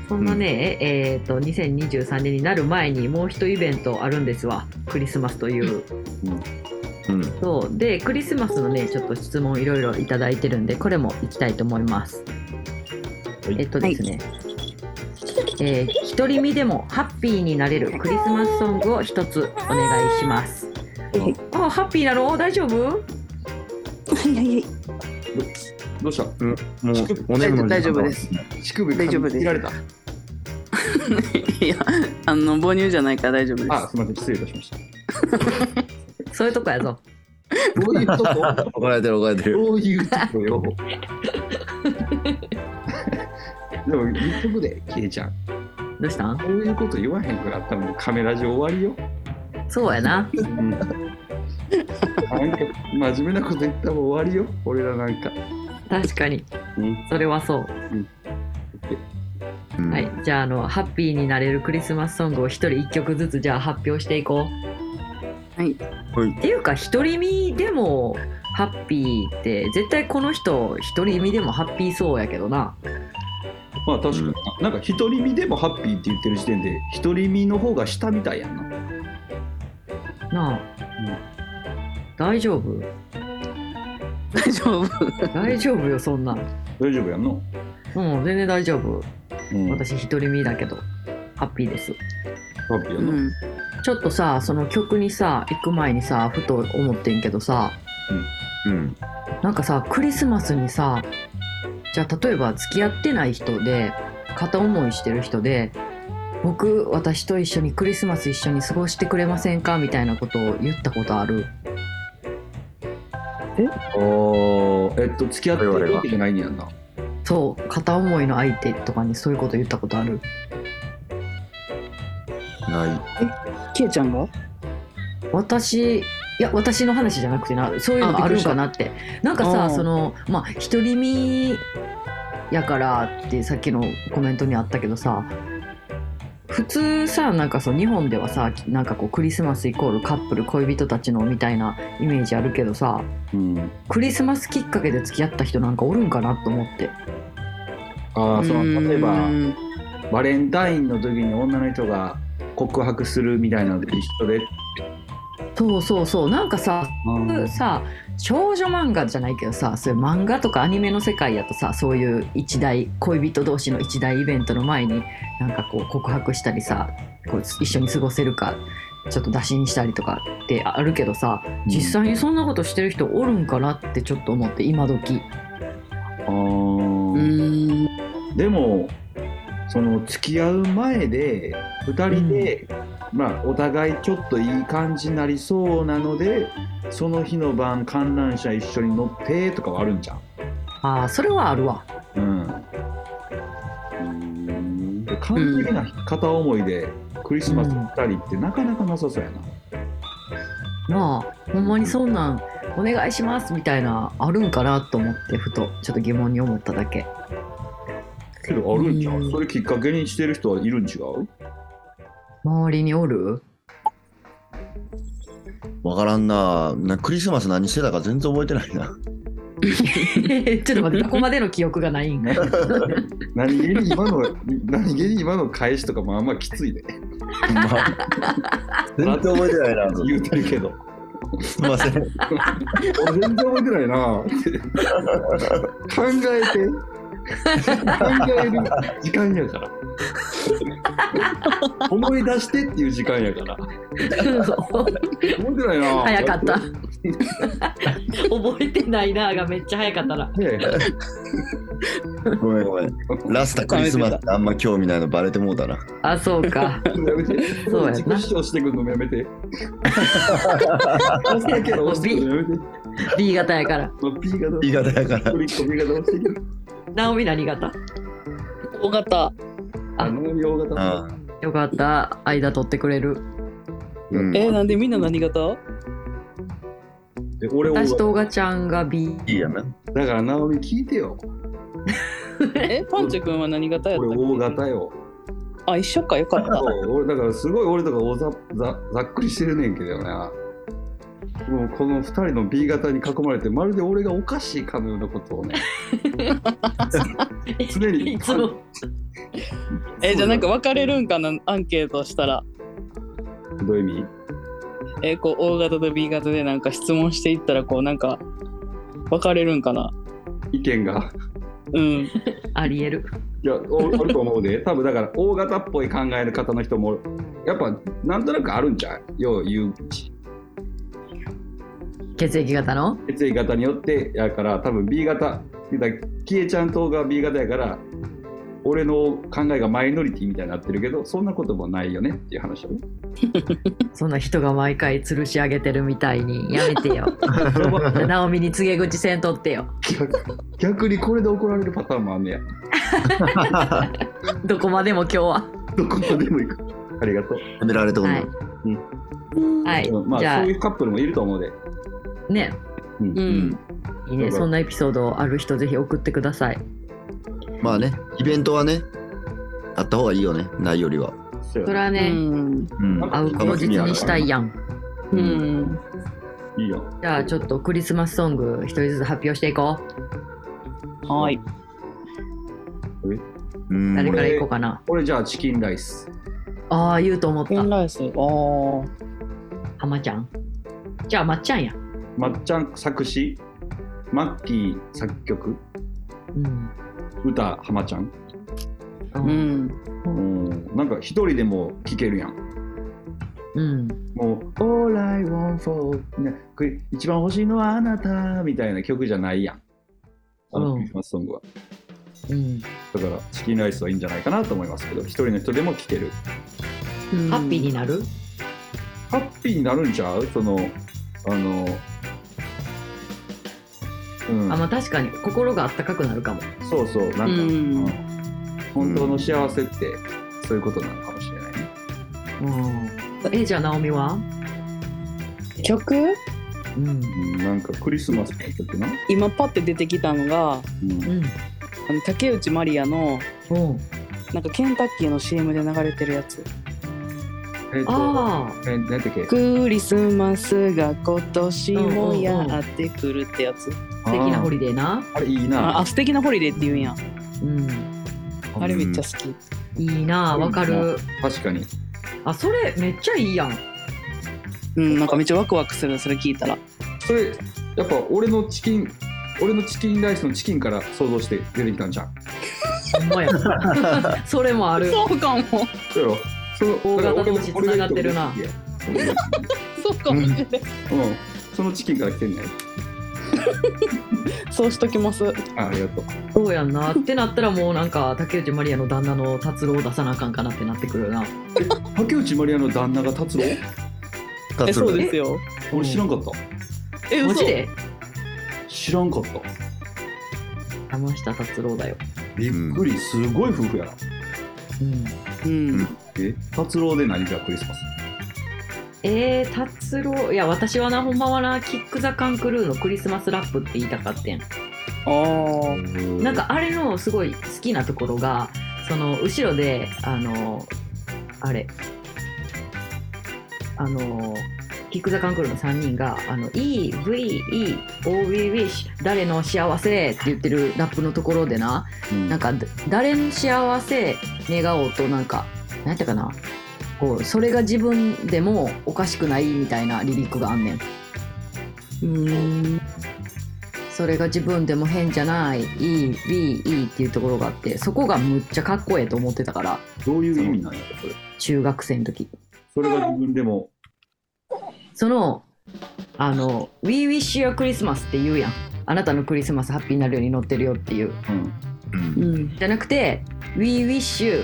そんなね、ええーと、2023年になる前にもう一イベントあるんですわ。クリスマスという。うん。そう。で、クリスマスのね、ちょっと質問いろいろいただいてるんで、これも行きたいと思います。いえっとですね。えー独り身でもハッピーになれるクリスマスソングを一つお願いします。あ、ハッピーなの大丈夫いやいやどうしたもう、おねむの時間大丈夫です。乳首大丈夫です噛み切られたいや、あの母乳じゃないから大丈夫です。あすみません失礼いたしましたそういうとこやぞ。どういうとこ怒られてる怒られてる。 どういうとこよでも言っとくでケイちゃんどうしたんこういうこと言わへんくなったのカメラ上終わりよそうやな。なんか真面目なこと言ったらもう終わりよ俺らなんか、確かに。うんそれはそう。うんはい、じゃああのハッピーになれるクリスマスソングを一人一曲ずつじゃあ発表していこう。はい。っていうか独り身でもハッピーって絶対この人独り身でもハッピーそうやけどな。まあ確かに、なんか独り身でもハッピーって言ってる時点で独り身の方が下みたいやんななあ。大丈夫大丈夫。大丈夫よそんなん。大丈夫やんの、うん全然大丈夫。うん、ハッ私独り身だけどハッピーです。ピーやうんの、ん。ちょっとさその曲にさ行く前にさふと思ってんけどさうん。なんかさクリスマスにさじゃあ例えば付き合ってない人で片思いしてる人で僕私と一緒にクリスマス一緒に過ごしてくれませんかみたいなことを言ったことあるおーえっと付き合って我々るはわけじゃないんやんなそう片思いの相手とかにそういうこと言ったことあるない。ケイちゃんが？私いや私の話じゃなくてなそういうのあるんかなってなんかあさーそのまあ独り身やからってさっきのコメントにあったけどさ普通さなんかそう日本ではさなんかこうクリスマスイコールカップル恋人たちのみたいなイメージあるけどさうんクリスマスきっかけで付き合った人なんかおるんかなと思ってああその例えばうんバレンタインの時に女の人が告白するみたいなのと一緒で、そうそうそうなんかさうんさ少女漫画じゃないけどさそういう漫画とかアニメの世界やとさそういう一大恋人同士の一大イベントの前になんかこう告白したりさこう一緒に過ごせるかちょっと打診したりとかってあるけどさ実際にそんなことしてる人おるんかなってちょっと思って今時あーうん。でもその付き合う前で2人で、まあ、お互いちょっといい感じになりそうなのでその日の晩観覧車一緒に乗ってとかはあるんじゃん。ああそれはあるわうん、で完璧な片思いでクリスマス2人ってなかなかなさそうやな。なあほんまにそんなんお願いしますみたいなあるんかなと思ってふとちょっと疑問に思っただけけどあるんちゃううんそれきっかけにしてる人はいるん違う周りにおる わからんなな。クリスマス何してたか全然覚えてないな。ちょっと待って、どこまでの記憶がないん何気に今の 何気に今の返しとかもあんまきついで、ね、ほんま全然覚えてないな。言うてるけど。すみません。俺全然覚えてないな考えて考える時間やから思い出してっていう時間やから思ってないな早かった 覚えてないながめっちゃ早かったな早いからごめんごめん。ラスタクリスマスってあんま興味ないのバレてもうたな。あそう かやめてそうやな自己主張してくるのもや めて押したけど押してくるのやめて B 型やからもう P 型言い方やからフ。リッコ B 型押してくるナオミ何型大型。あの洋型あよかった間取ってくれるうん、えいー、なんでみんな何型で俺俺私とオガちゃんが B いやな。だから直美聞いてよえ、パンチ君は何型やった俺っけ大型よあ、一緒か、よかった。そう俺だからすごい俺とか大ざざざっくりしてるねんけどなもうこの2人の B 型に囲まれてまるで俺がおかしいかのようなことをね常にいつもえーじゃあなんか別れるんかな、アンケートしたら。どういう意味えーこう、大型と B 型でなんか質問していったら、こう、なんか、別れるんかな。意見がうん。ありえるいやおあると思うで多分だから大型っぽい考える方の人もやっぱなんとなくあるんじゃんよう言う血液型の血液型によってやから多分 B 型だキエちゃんとが B 型やから俺の考えがマイノリティみたいになってるけどそんなこともないよねっていう話だねそんな人が毎回吊るし上げてるみたいにやめて よナオミに告げ口せんとってよ逆逆にこれで怒られるパターンもあんねやどこまでも今日はどこまでも行くありがとう、やめられてこはないい。はい、うんまあじゃそういあうカップルもいると思うでねうんうん。いいねそんなエピソードある人ぜひ送ってくださいまあね、イベントはね、あった方がいいよね、ないよりは。そうそよれはね、うん。うんなんか会う口実にしたいやんうん。いいよじゃあちょっとクリスマスソング一人ずつ発表していこはい。うんう誰かこられいこうかな俺じゃあチキンライスああ言うと思っペンたライス。ああ。浜ちゃんじゃあまっちゃんやまっちゃん作詞マッキー作曲うん、歌浜ちゃんうん。うんなんか一人でも聴けるやんうん、もう「All I want for」ねこれ一番欲しいのはあなたみたいな曲じゃないやんあのうんクリスマスソングはうん、だからチキンライスはいいんじゃないかなと思いますけど一人の人でも聴けるハッピーになるハッピーになるんちゃうそのあのうんあまあ確かに心があったかくなるかもそうそうなんか、うんうん本当の幸せってそういうことなのかもしれないね、うんえじゃあ直美は曲うんうんなんかクリスマスの曲な、今パッて出てきたのが、うんうんあの竹内まりやの、うんなんかケンタッキーの CM で流れてるやつ。えっ、とああえー、なんだっけクリスマスが今年もやってくるってやつ。素敵なホリリデーなあれいいなああ、素敵なホリデーって言うんや。うんあれめっちゃ好き。いいなあわかる確かにあそれめっちゃいいやんうん、なんかめっちゃワクワクする、それ聞いたら。それやっぱ俺のチキン俺のチキンライスのチキンから想像して出てきたんじゃんほんまやそれもあるそうかも。そうよその大型同だ士から俺繋がってるな俺が言ってもそうかもしれない。嬉しいやうんそのチキンから来てんねそうしときます。あありがとうそうやんなってなったらもうなんか竹内まりやの旦那の達郎を出さなあかんかなってなってくるよな竹内まりやの旦那が達郎え、達郎そうですよ。俺知らんかったえ、マ嘘ジ。で知らんかった山下達郎だよびっくりすごい夫婦やなうんうん。え達郎で何じゃあクリスマスえー、達郎いや私はなほんまはなキック・ザ・カン・クルーのクリスマスラップって言いたかってんああ。なんかあれのすごい好きなところがその後ろであのあれあのキック・ザ・カン・クルーの3人が「あの EVE OB Wish 誰の幸せ」って言ってるラップのところでなうんなんかだ誰の幸せ願おうとなんか何やったかなこうそれが自分でもおかしくないみたいなリリックがあんねんうん。それが自分でも変じゃない EBE っていうところがあってそこがむっちゃかっこええと思ってたからどういう意味なんやろそれ中学生の時それが自分でもそのあの「We wish you a Christmas」って言うやんあなたのクリスマスハッピーになるように乗ってるよっていううんうんじゃなくて「We wish you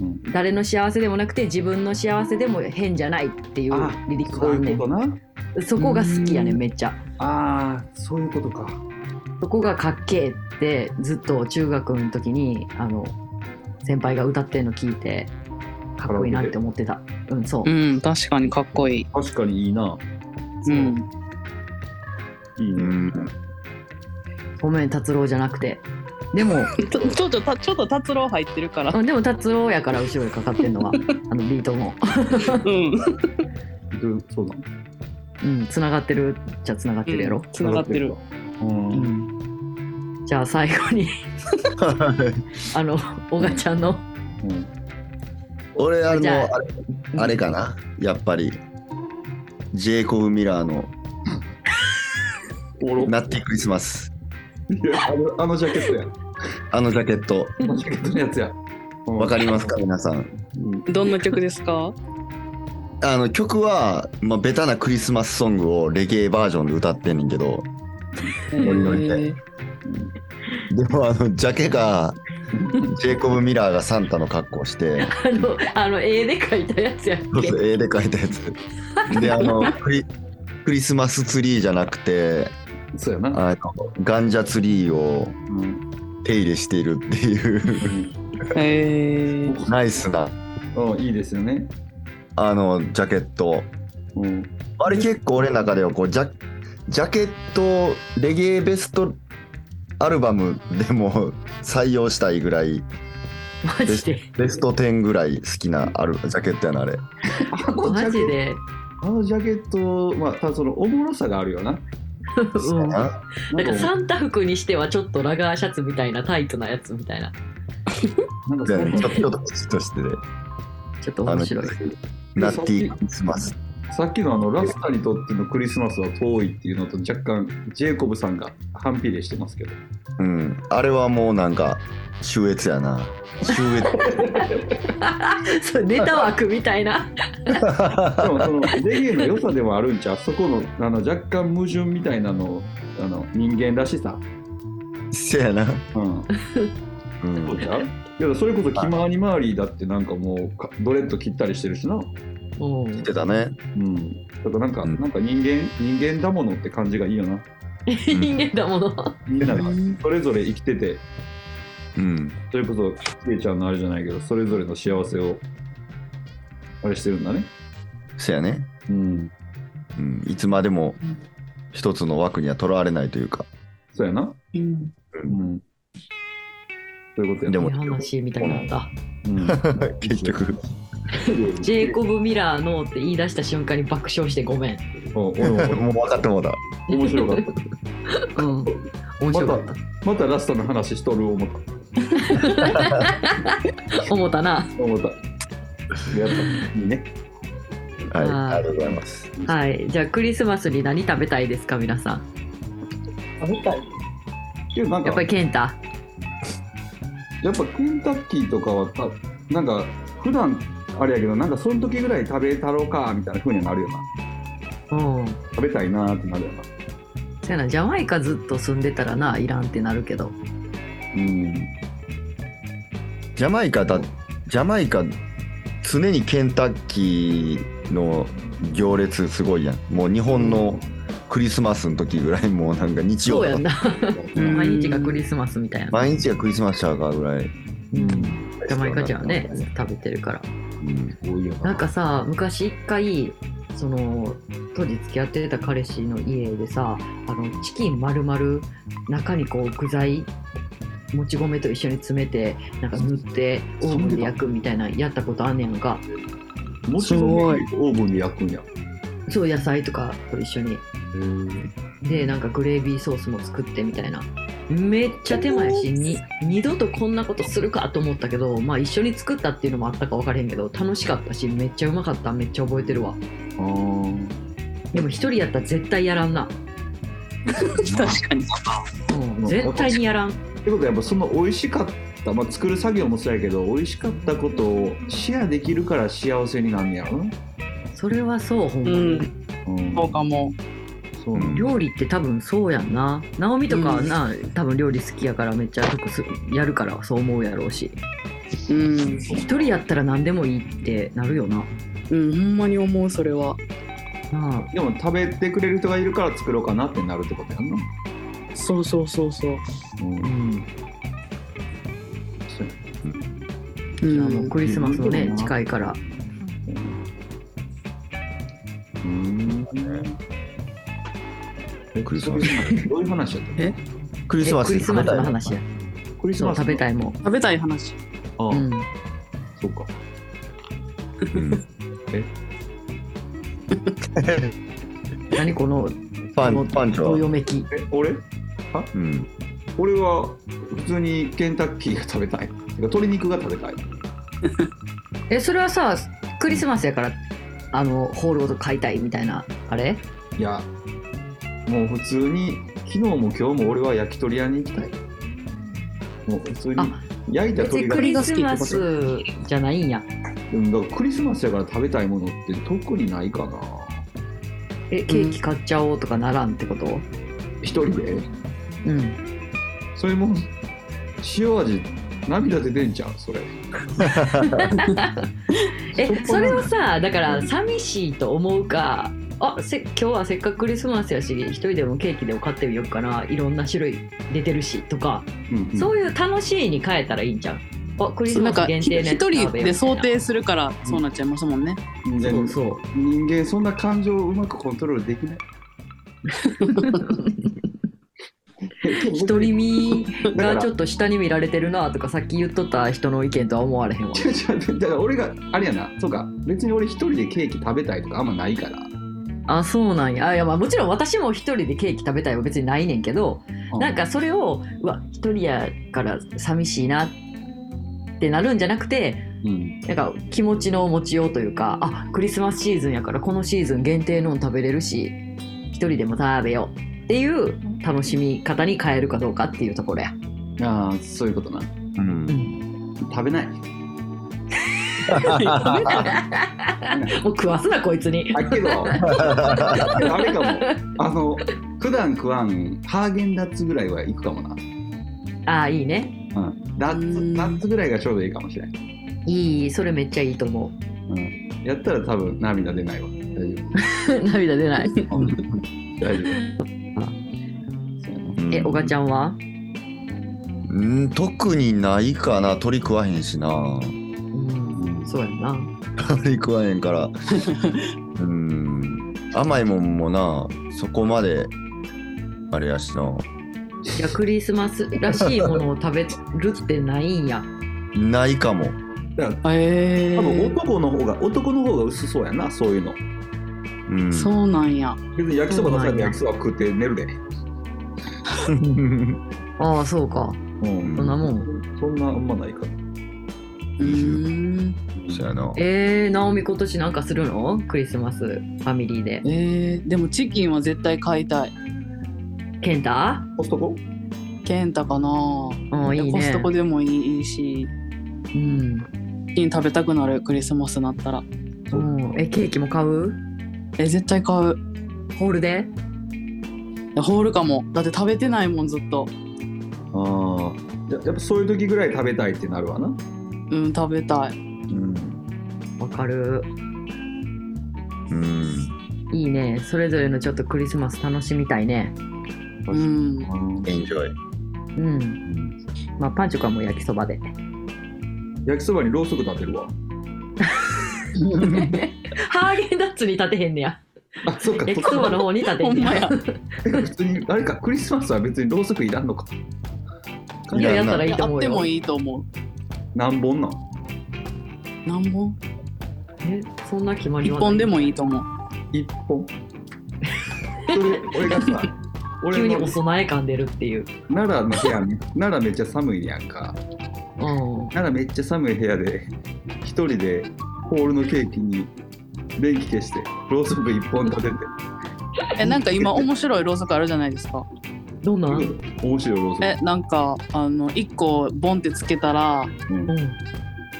うん」誰の幸せでもなくて自分の幸せでも変じゃないっていうあリリックそがうあんねいうんことなそこが好きやねうんんめっちゃああそういうことかそこがかっけえってずっと中学の時にあの先輩が歌ってるの聞いてかっこいいなって思ってたうんそう、うん、確かにかっこいい。確かにいいなうん。いいうね、んごめん達郎じゃなくてで もちょちょっとたちょっと達郎入ってるから。あでも達郎やから後ろにかかってんのはあのビートもうん。うん、そうだうんつながってるじゃつながってるやろ、つながってる。うん、うんじゃあ最後 にあの小賀ちゃんのうん俺あじゃのあれあれかなやっぱりジェイコブ・ミラーの「おろナッティ・クリスマスいやあのあのジャケットや」あのジャケットあのジャケットのやつやわかりますか皆さんうんどんな曲ですか？あの曲は、まあ、ベタなクリスマスソングをレゲエバージョンで歌ってんねんけどノリノリでへーでもあのジャケがジェイコブ・ミラーがサンタの格 好してあのあの絵で描いたやつやっそうけそう絵で描いたやつであのクリクリスマスツリーじゃなくてそうやなあのガンジャツリーをうん手入れしているっていうへーナイスなうんいいですよねあのジャケットうんあれ結構俺の中ではこうジャジャケットレゲエベストアルバムでも 採用したいぐらいマジでベスト10ぐらい好きなあるジャケットやなあれマジであのジャケットまあただそのおもろさがあるよなうんななんかサかンタ服にしてはちょっとラガーシャツみたいなタイトなやつみたいななんかちそょのっとちょっと嫉妬 してねちょっと面白いナッティクリスマスさっきのあのラスタにとってのクリスマスは遠いっていうのと若干ジェイコブさんが反比例してますけどうんあれはもうなんか秀逸やな秀 逸そうネタ枠みたいなでもそのレゲエの良さでもあるんちゃうそこのあの若干矛盾みたいなのをあの人間らしさせやな、うんう、そうんちゃういやそれこそキマーニマーリーだってなんかもうかドレッド切ったりしてるしな うんてたねうんだからなんか、うんなんか人間人間だものって感じがいいよな人間だものみんながそれぞれ生きててうんそれこそケイちゃんのあれじゃないけどそれぞれの幸せをあれしてるんだねせやね、うんうん、いつまでも一つの枠にはとらわれないという かそうやなうんそういうことでやなでもも話みたいなんだうん 結局ジェイコブ・ミラーのって言い出した瞬間に爆笑してごめんお俺も俺ももう分かってもうた面白かっうん面白かったたまたラストの話しとる思っ思ったなた思ったやったいいねはい、あーありがとうございます。はいじゃあクリスマスに何食べたいですか皆さんけどなんかやっぱりケンタやっぱケンタッキーとかはたなんか普段あれやけどなんかその時ぐらい食べたろうかみたいな風にはなるよなうん食べたいなーってなるよなそやなジャマイカずっと住んでたらないらんってなるけどうんジャマイカだ、ジャマイカ、常にケンタッキーの行列すごいやん。もう日本のクリスマスの時ぐらい、もうなんか日曜そうとやかんなうん毎日がクリスマスみたいな毎日がクリスマスちゃうかぐらい。うんジャマイカちゃんはね食べてるからうん。多いよなんかさ昔一回その当時付き合ってた彼氏の家でさあのチキン丸々中にこう具材もち米と一緒に詰めてなんか塗ってオーブンで焼くみたいなやったことあんねやんかもちろんオーブンで焼くんやそう野菜とかと一緒にでなんかグレービーソースも作ってみたいなめっちゃ手間やしに二度とこんなことするかと思ったけどまあ一緒に作ったっていうのもあったか分からへんけど楽しかったしめっちゃうまかっためっちゃ覚えてるわあーでも一人やったら絶対やらんな確かに。うん絶対にやらん。ってことはやっぱその美味しかった、まあ、作る作業もそうやけど美味しかったことをシェアできるから幸せになんねやろな、それはそう、ほんまうに。ん、うんそうかも。そうなん料理って多分そうやんな直美とかはうんな、多分料理好きやからめっちゃよくすやるからそう思うやろうしうん、一人やったら何でもいいってなるよなうん、ほんまに思う、それは。なあでも食べてくれる人がいるから作ろうかなってなるってことやんな、そうそうそうそう。うんうん、そうやう、じゃあもうんクリスマスもね、うん近いからうんえクリスマスどういう話やったえクリスマえスクリスマスの食べたい話やクリスそマうス食べたいいもん、食べたい話。ああ、うん、そうかうん何このパこのンパンチどよョ、めきえ俺うん、俺は普通にケンタッキーが食べたいてか鶏肉が食べたいえそれはさクリスマスやからあのホールごと買いたいみたいなあれいやもう普通に昨日も今日も俺は焼き鳥屋に行きたいもう普通にあ焼いた別鳥にがクリス鳥がマ好きってスじゃないんやうんだからクリスマスやから食べたいものって特にないかなえケーキ買っちゃおうとかならんってこと一人でうんそれも塩味涙出てんじゃんそれえそこなんだそれはさだから寂しいと思うかあせ今日はせっかくクリスマスやし一人でもケーキでも買ってみようかないろんな種類出てるしとか、うんうんそういう楽しいに変えたらいいんじゃんあクリスなマんか、スひ限定のやつ一食べよ人うみたいなで想定するから、そうなっちゃいますもんね。人そ間うそう人間そんな感情をうまくコントロールでき ない独り身がちょっと下に見られてるなとかさっき言っとった人の意見とは思われへ んわ違う違うだから俺があれやなそうか別に俺一人でケーキ食べたいとかあんまないからあそうなんやあいやまあもちろん私も一人でケーキ食べたいは別にないねんけど、なんかそれをうわ一人やから寂しいなってなるんじゃなくてうんなんか気持ちの持ちようというかあクリスマスシーズンやからこのシーズン限定のん食べれるし一人でも食べようっていう楽しみ方に変えるかどうかっていうところや。ああそういうことなうう、んん食べないもう食わすなこいつに。あけど あれかもあの普段食わんハーゲンダッツぐらいは行くかもな、ああいいね。うん、ダッうツんナッツぐらいがちょうどいいかもしれない、いいそれめっちゃいいと思う。うん、やったら多分涙出ないわ大丈 涙出ない。夫うん大丈夫そうやなうん えおがちゃんは？うん特にないかな鳥食わへんしなうんそうやんな。鳥食わへんから うん甘いもんもなそこまであれやしないやクリスマスらしいものを食べるってないんや。ないかもええ多分男の方が男の方が薄そうやなそういうのうんそうなんや。別に焼きそば出されて焼きそば食って寝るで ああそうか。うそんなもん。そんなあんまないからうーん。 そうやなえー、ナオミ今年なんかするのクリスマスファミリーで。ええでもチキンは絶対買いたい。ケンタコストコケンタかな。うん、いいコスねト。コでもいいし、うん。チキン食べたくなるクリスマスになったら。うん、え、ケーキも買うえ、絶対買う。ホールでいやホールかも。だって食べてないもんずっと。ああややっぱそういう時ぐらい食べたいってなるわなうん、食べたい。うんわかる。うんいいね。それぞれのちょっとクリスマス楽しみたいね。うん。エンジョイうん。まあ、パンチョかもう焼きそばで。焼きそばにろうそく立てるわハーゲンダッツに立てへんねや。あそうか焼きそばの方に立てほへんんねま や。や。てか普通にあれかクリスマスは別にろうそくいらんのかいや、やったらいいいやとあ思っうてよも。いいと思う。何本なん何本え、そんな決まり一はない本でもいいと思う。一 本それ俺がさ急俺にのお供え感出るっていう。奈良の部屋ね奈良めっちゃ寒いやんかうん。なんかめっちゃ寒い部屋で一人でホールのケーキに電気消してろうそく一本立ててえ、なん か今面白いろうそくあるじゃないですか。どんな、うん、面白いローソえ、なんか、あの、1個ボンってつけたら、うん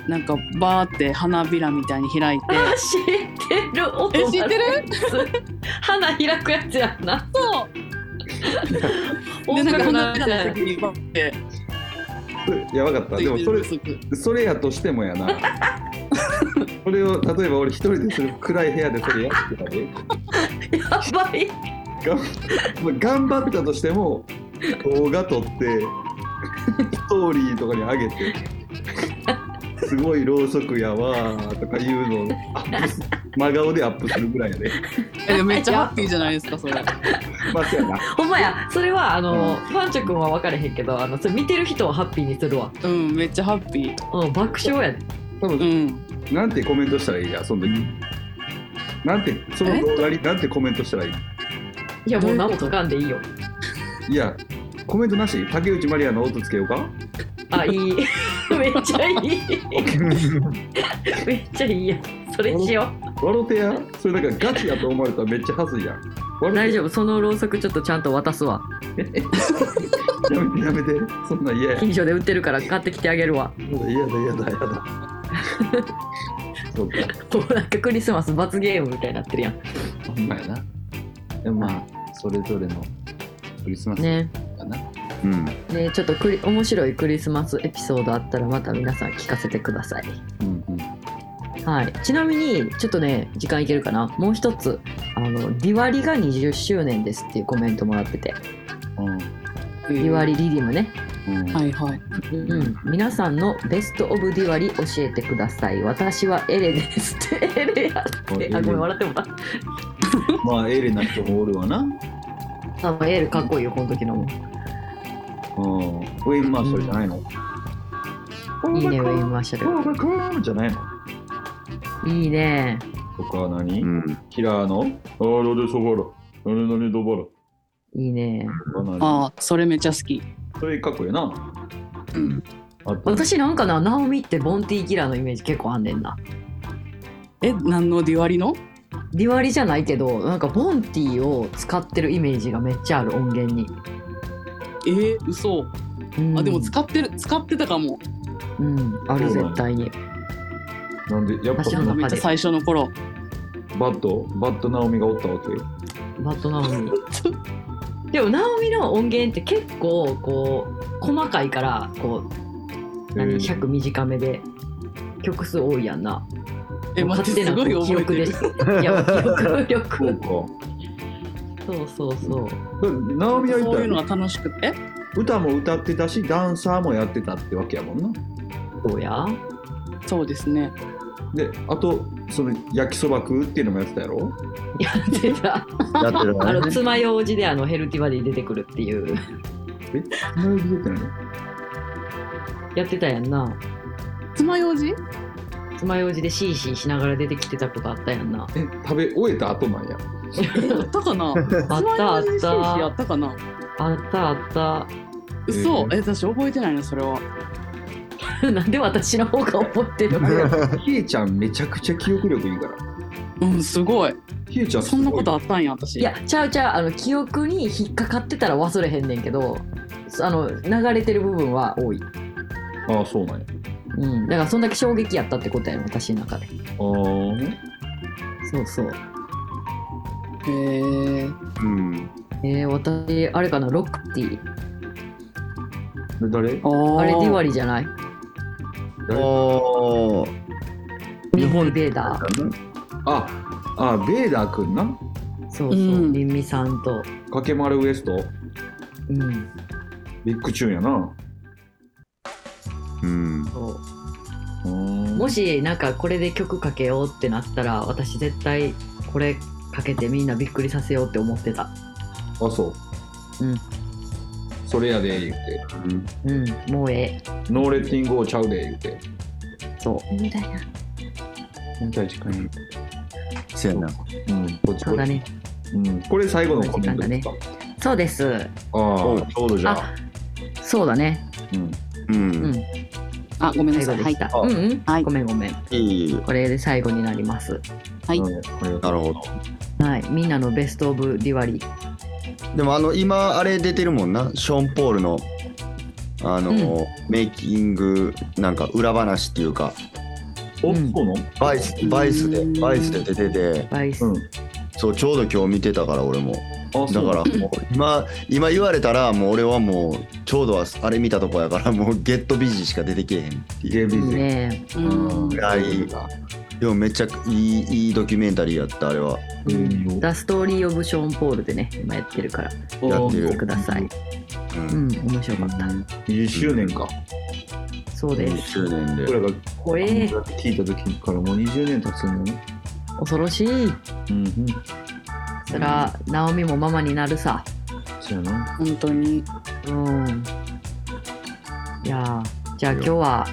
なんかバーって花びらみたいに開 いて。あ知ってる音え、知ってる 花開くやつやんなそうで、 音なんか楽の花やびつらやのん時にバーってやばかったつでいもてそるろれうそく。それやとしてもやな それを例えば俺一人でする暗い部屋でそれやってたでやばいまあ頑張ったとしても動画撮ってストーリーとかに上げてすごいろうそくやわーとかいうのをアップす真顔でアップするぐらいやで、え、でもめっちゃハッピーじゃないですか、それ。まあそうやなほんまやそれはあの、うんファンチョ君は分からへんけどあのそれ見てる人をハッピーにするわ、うん、めっちゃハッピー。うん、爆笑や多分うん。なんてコメントしたらいいやその時なんてその動画になんてコメントしたらいいいやもうど何もういうこと書かんでいいよいやコメントなし竹内まりやの音つけよう かあいい めっちゃいいめっちゃいいやんそれしよ笑てやそれなんかガチやと思われたらめっちゃはずいやんう大丈夫そのろうそくちょっとちゃんと渡すわ夫やめてやめてそんなん嫌や近所で売ってるから買ってきてあげるわ 嫌だ嫌だ嫌だそうかもうなんかクリスマス罰ゲームみたいになってるやんほんまやなでもまあそれぞれのクリスマスねかな、うんねちょっとクリ面白いクリスマスエピソードあったらまた皆さん聞かせてくださいうんうん、はい、ちなみにちょっとね時間いけるかなもう一つあの「ディワリが20周年です」っていうコメントもらってて「ディワリリディムね」うんうんはいはい。うん、皆さんのベスト・オブ・ディワリ教えてください私はエレですって エレやってあごめん笑ってもらっまあエレな人もおるわなうんたあエレかっこいいよこの時のもウェイン・マーシャルじゃないの、いいねウェイン・マーシャルオーバーカーじゃないのいいねとか何、うんキラーのあーどれそばらあれ何どばらいいねとか何ああ、それめっちゃ好き。それかっこいいなうん。あと私なんかなナオミってボンティーキラーのイメージ結構あんねんなえ、何のデュアリのディワリじゃないけどなんかボンティーを使ってるイメージがめっちゃある音源に、えー、嘘。うんあ、でも使ってる、使ってたかも。うんあるそうなんや絶対になんでやっぱ私なんかめっちゃ最初の頃。バッドバッドナオミがおったわけバットナオミでもナオミの音源って結構こう細かいからこう何100短めで曲数多いやんな。え、待って、す勝ごい手な記覚え憶てでる。す。いや記憶そ力う。かそうそうそう。ナオミは言そっうたいうのらが楽しくて。歌も歌ってたしダンサーもやってたってわけやもんなそう や。えそうですね。であとその焼きそば食うっていうのもやってたやろやってた。やってるあわのね爪楊枝であのヘルティバディ出てくるっていう何で出てないのやってたやんな。爪楊枝爪楊枝でシーシーしながら出てきてたことあったやんな。え食べ終えた後なんやあったかなあったあっ爪楊枝シーシーた。あったかなあったあった。嘘、ええ、私覚えてないな、それは。 なんで私の方が覚えてるの ひえちゃんめちゃくちゃ記憶力いいからうん、すごい。ひえちゃんすそごいんなことあったんや、私。いや、ちゃうちゃう、あの記憶に引っかかってたら忘れへんねんけど、そあの流れてる部分は多い。ああそうなんやうん、だからそんだけ衝撃やったってことやろ、私の中で。あーそうそう。へえ。うんえー、私、あれかな、ロックティー。で誰あーあれ、ディワリじゃないあーミッキーベーダああベーダーくんなー。そうそう、うんリンミさんと。かけまるウエストうん、ビッグチューンやなうんそうう。もんし、なんかこれで曲かけようってなったら、私絶対これかけてみんなびっくりさせようって思ってた。あそううんそれやで言ってうん、もうえノーレッティングをちゃうで言ってえ。そう。みたいな。本体近いせやなうんこっちそうだね。うんこれ最後のコメントですかそうです。あおあちょうどじゃあそうだね。うんううんん。あ、ごめんなさ最い。後はでし。た。うはいいんうん。はいごめんごめん。いいこれで最後になります。はいうんありがとうなるほどはい、みんなのベスト・オブ・ディワリー。でもあの今あれ出てるもんなショーン・ポールのあの、うメイキングなんか裏話っていうかお、うんそうなのバイスバイスでうんバイスで出ててバイス、うん。そうちょうど今日見てたから俺もあ、だそうからなのもう今今言われたらもう俺はもうちょうどはあれ見たとこやからもうゲットビジーしか出てけえへんっていうゲいビいゼ。ね。うんぐらいでもめっちゃいいいいドキュメンタリーやったあれはうんダストーリー・オブ・ショーン・ポールでね、今やってるから、やって見るてください。うんうん、面白かった。 20周年か。そうです。 10年で僕らがこれ、聞いた時からもう20年経つのね。恐ろしい。うんうん。そら、ナオミもママになるさ。そうやな。本当にうん。いやーじゃあ今日は、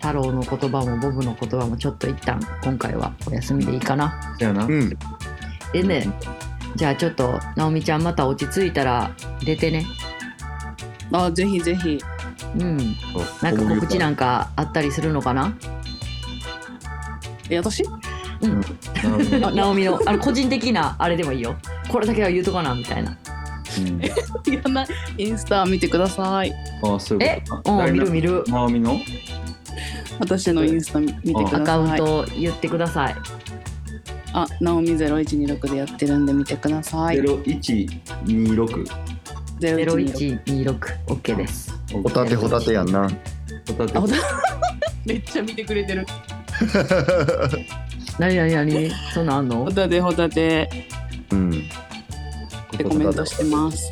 太郎の言葉もボブの言葉もちょっと一旦今回はお休みでいいかな。そうやな。うんでね、じゃあちょっと、ナオミちゃんまた落ち着いたら出てね。あぜひぜひうん。なんか告知なんかあったりするのかなえ私なるほ どあナオミのあの個人的なあれでもいいよこれだけは言うとかなみたいなやなインスタ見てくださいうんあ、そういうことか。うん見る見るナオミの私のインスタ見てくださいアカウントを言ってくださいあなおみ0126でやってるんで見てください0126。 0126 0126OK ですホタテホタテやんなホタテあほんとめっちゃ見てくれてる何何何そんなんあんのホタテホタテうんってコメントしてます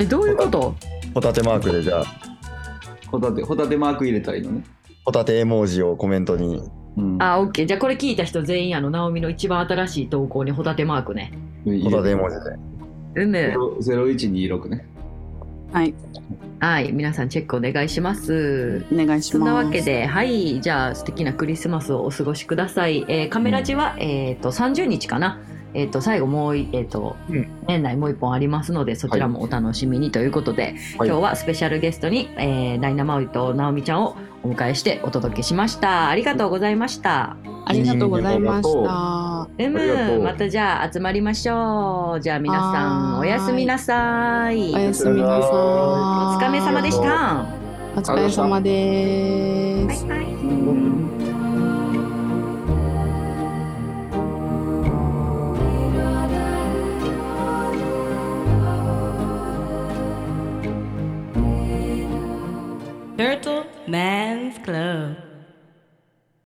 えどういうことホタテマークでじゃあホタテ、ホタテマーク入れたらいいのね。ホタテ絵文字をコメントにうん。あ OK じゃあこれ聞いた人全員あのナオミの一番新しい投稿にホタテマークねホタテ絵も文字でうんね0126ね。はいはい皆さんチェックお願いしますお願いしますそんなわけで、はい、じゃあ素敵なクリスマスをお過ごしください。えーカメラジは、えっ、と30日かな。えっ、と最後もういえっ、と、うん年内もう一本ありますので、そちらもお楽しみにということで、はい今日はスペシャルゲストに、えーダイナマウイとナオミちゃんをお迎えしてお届けしました。ありがとうございました。ありがとうございましたうありがとむ、うまたじゃあ集まりましょう。じゃあ皆さんはーいおやすみなさい。おやすみなさいお疲れ様でした。お疲れ様です、バイバイ。 Turtle Man's Club.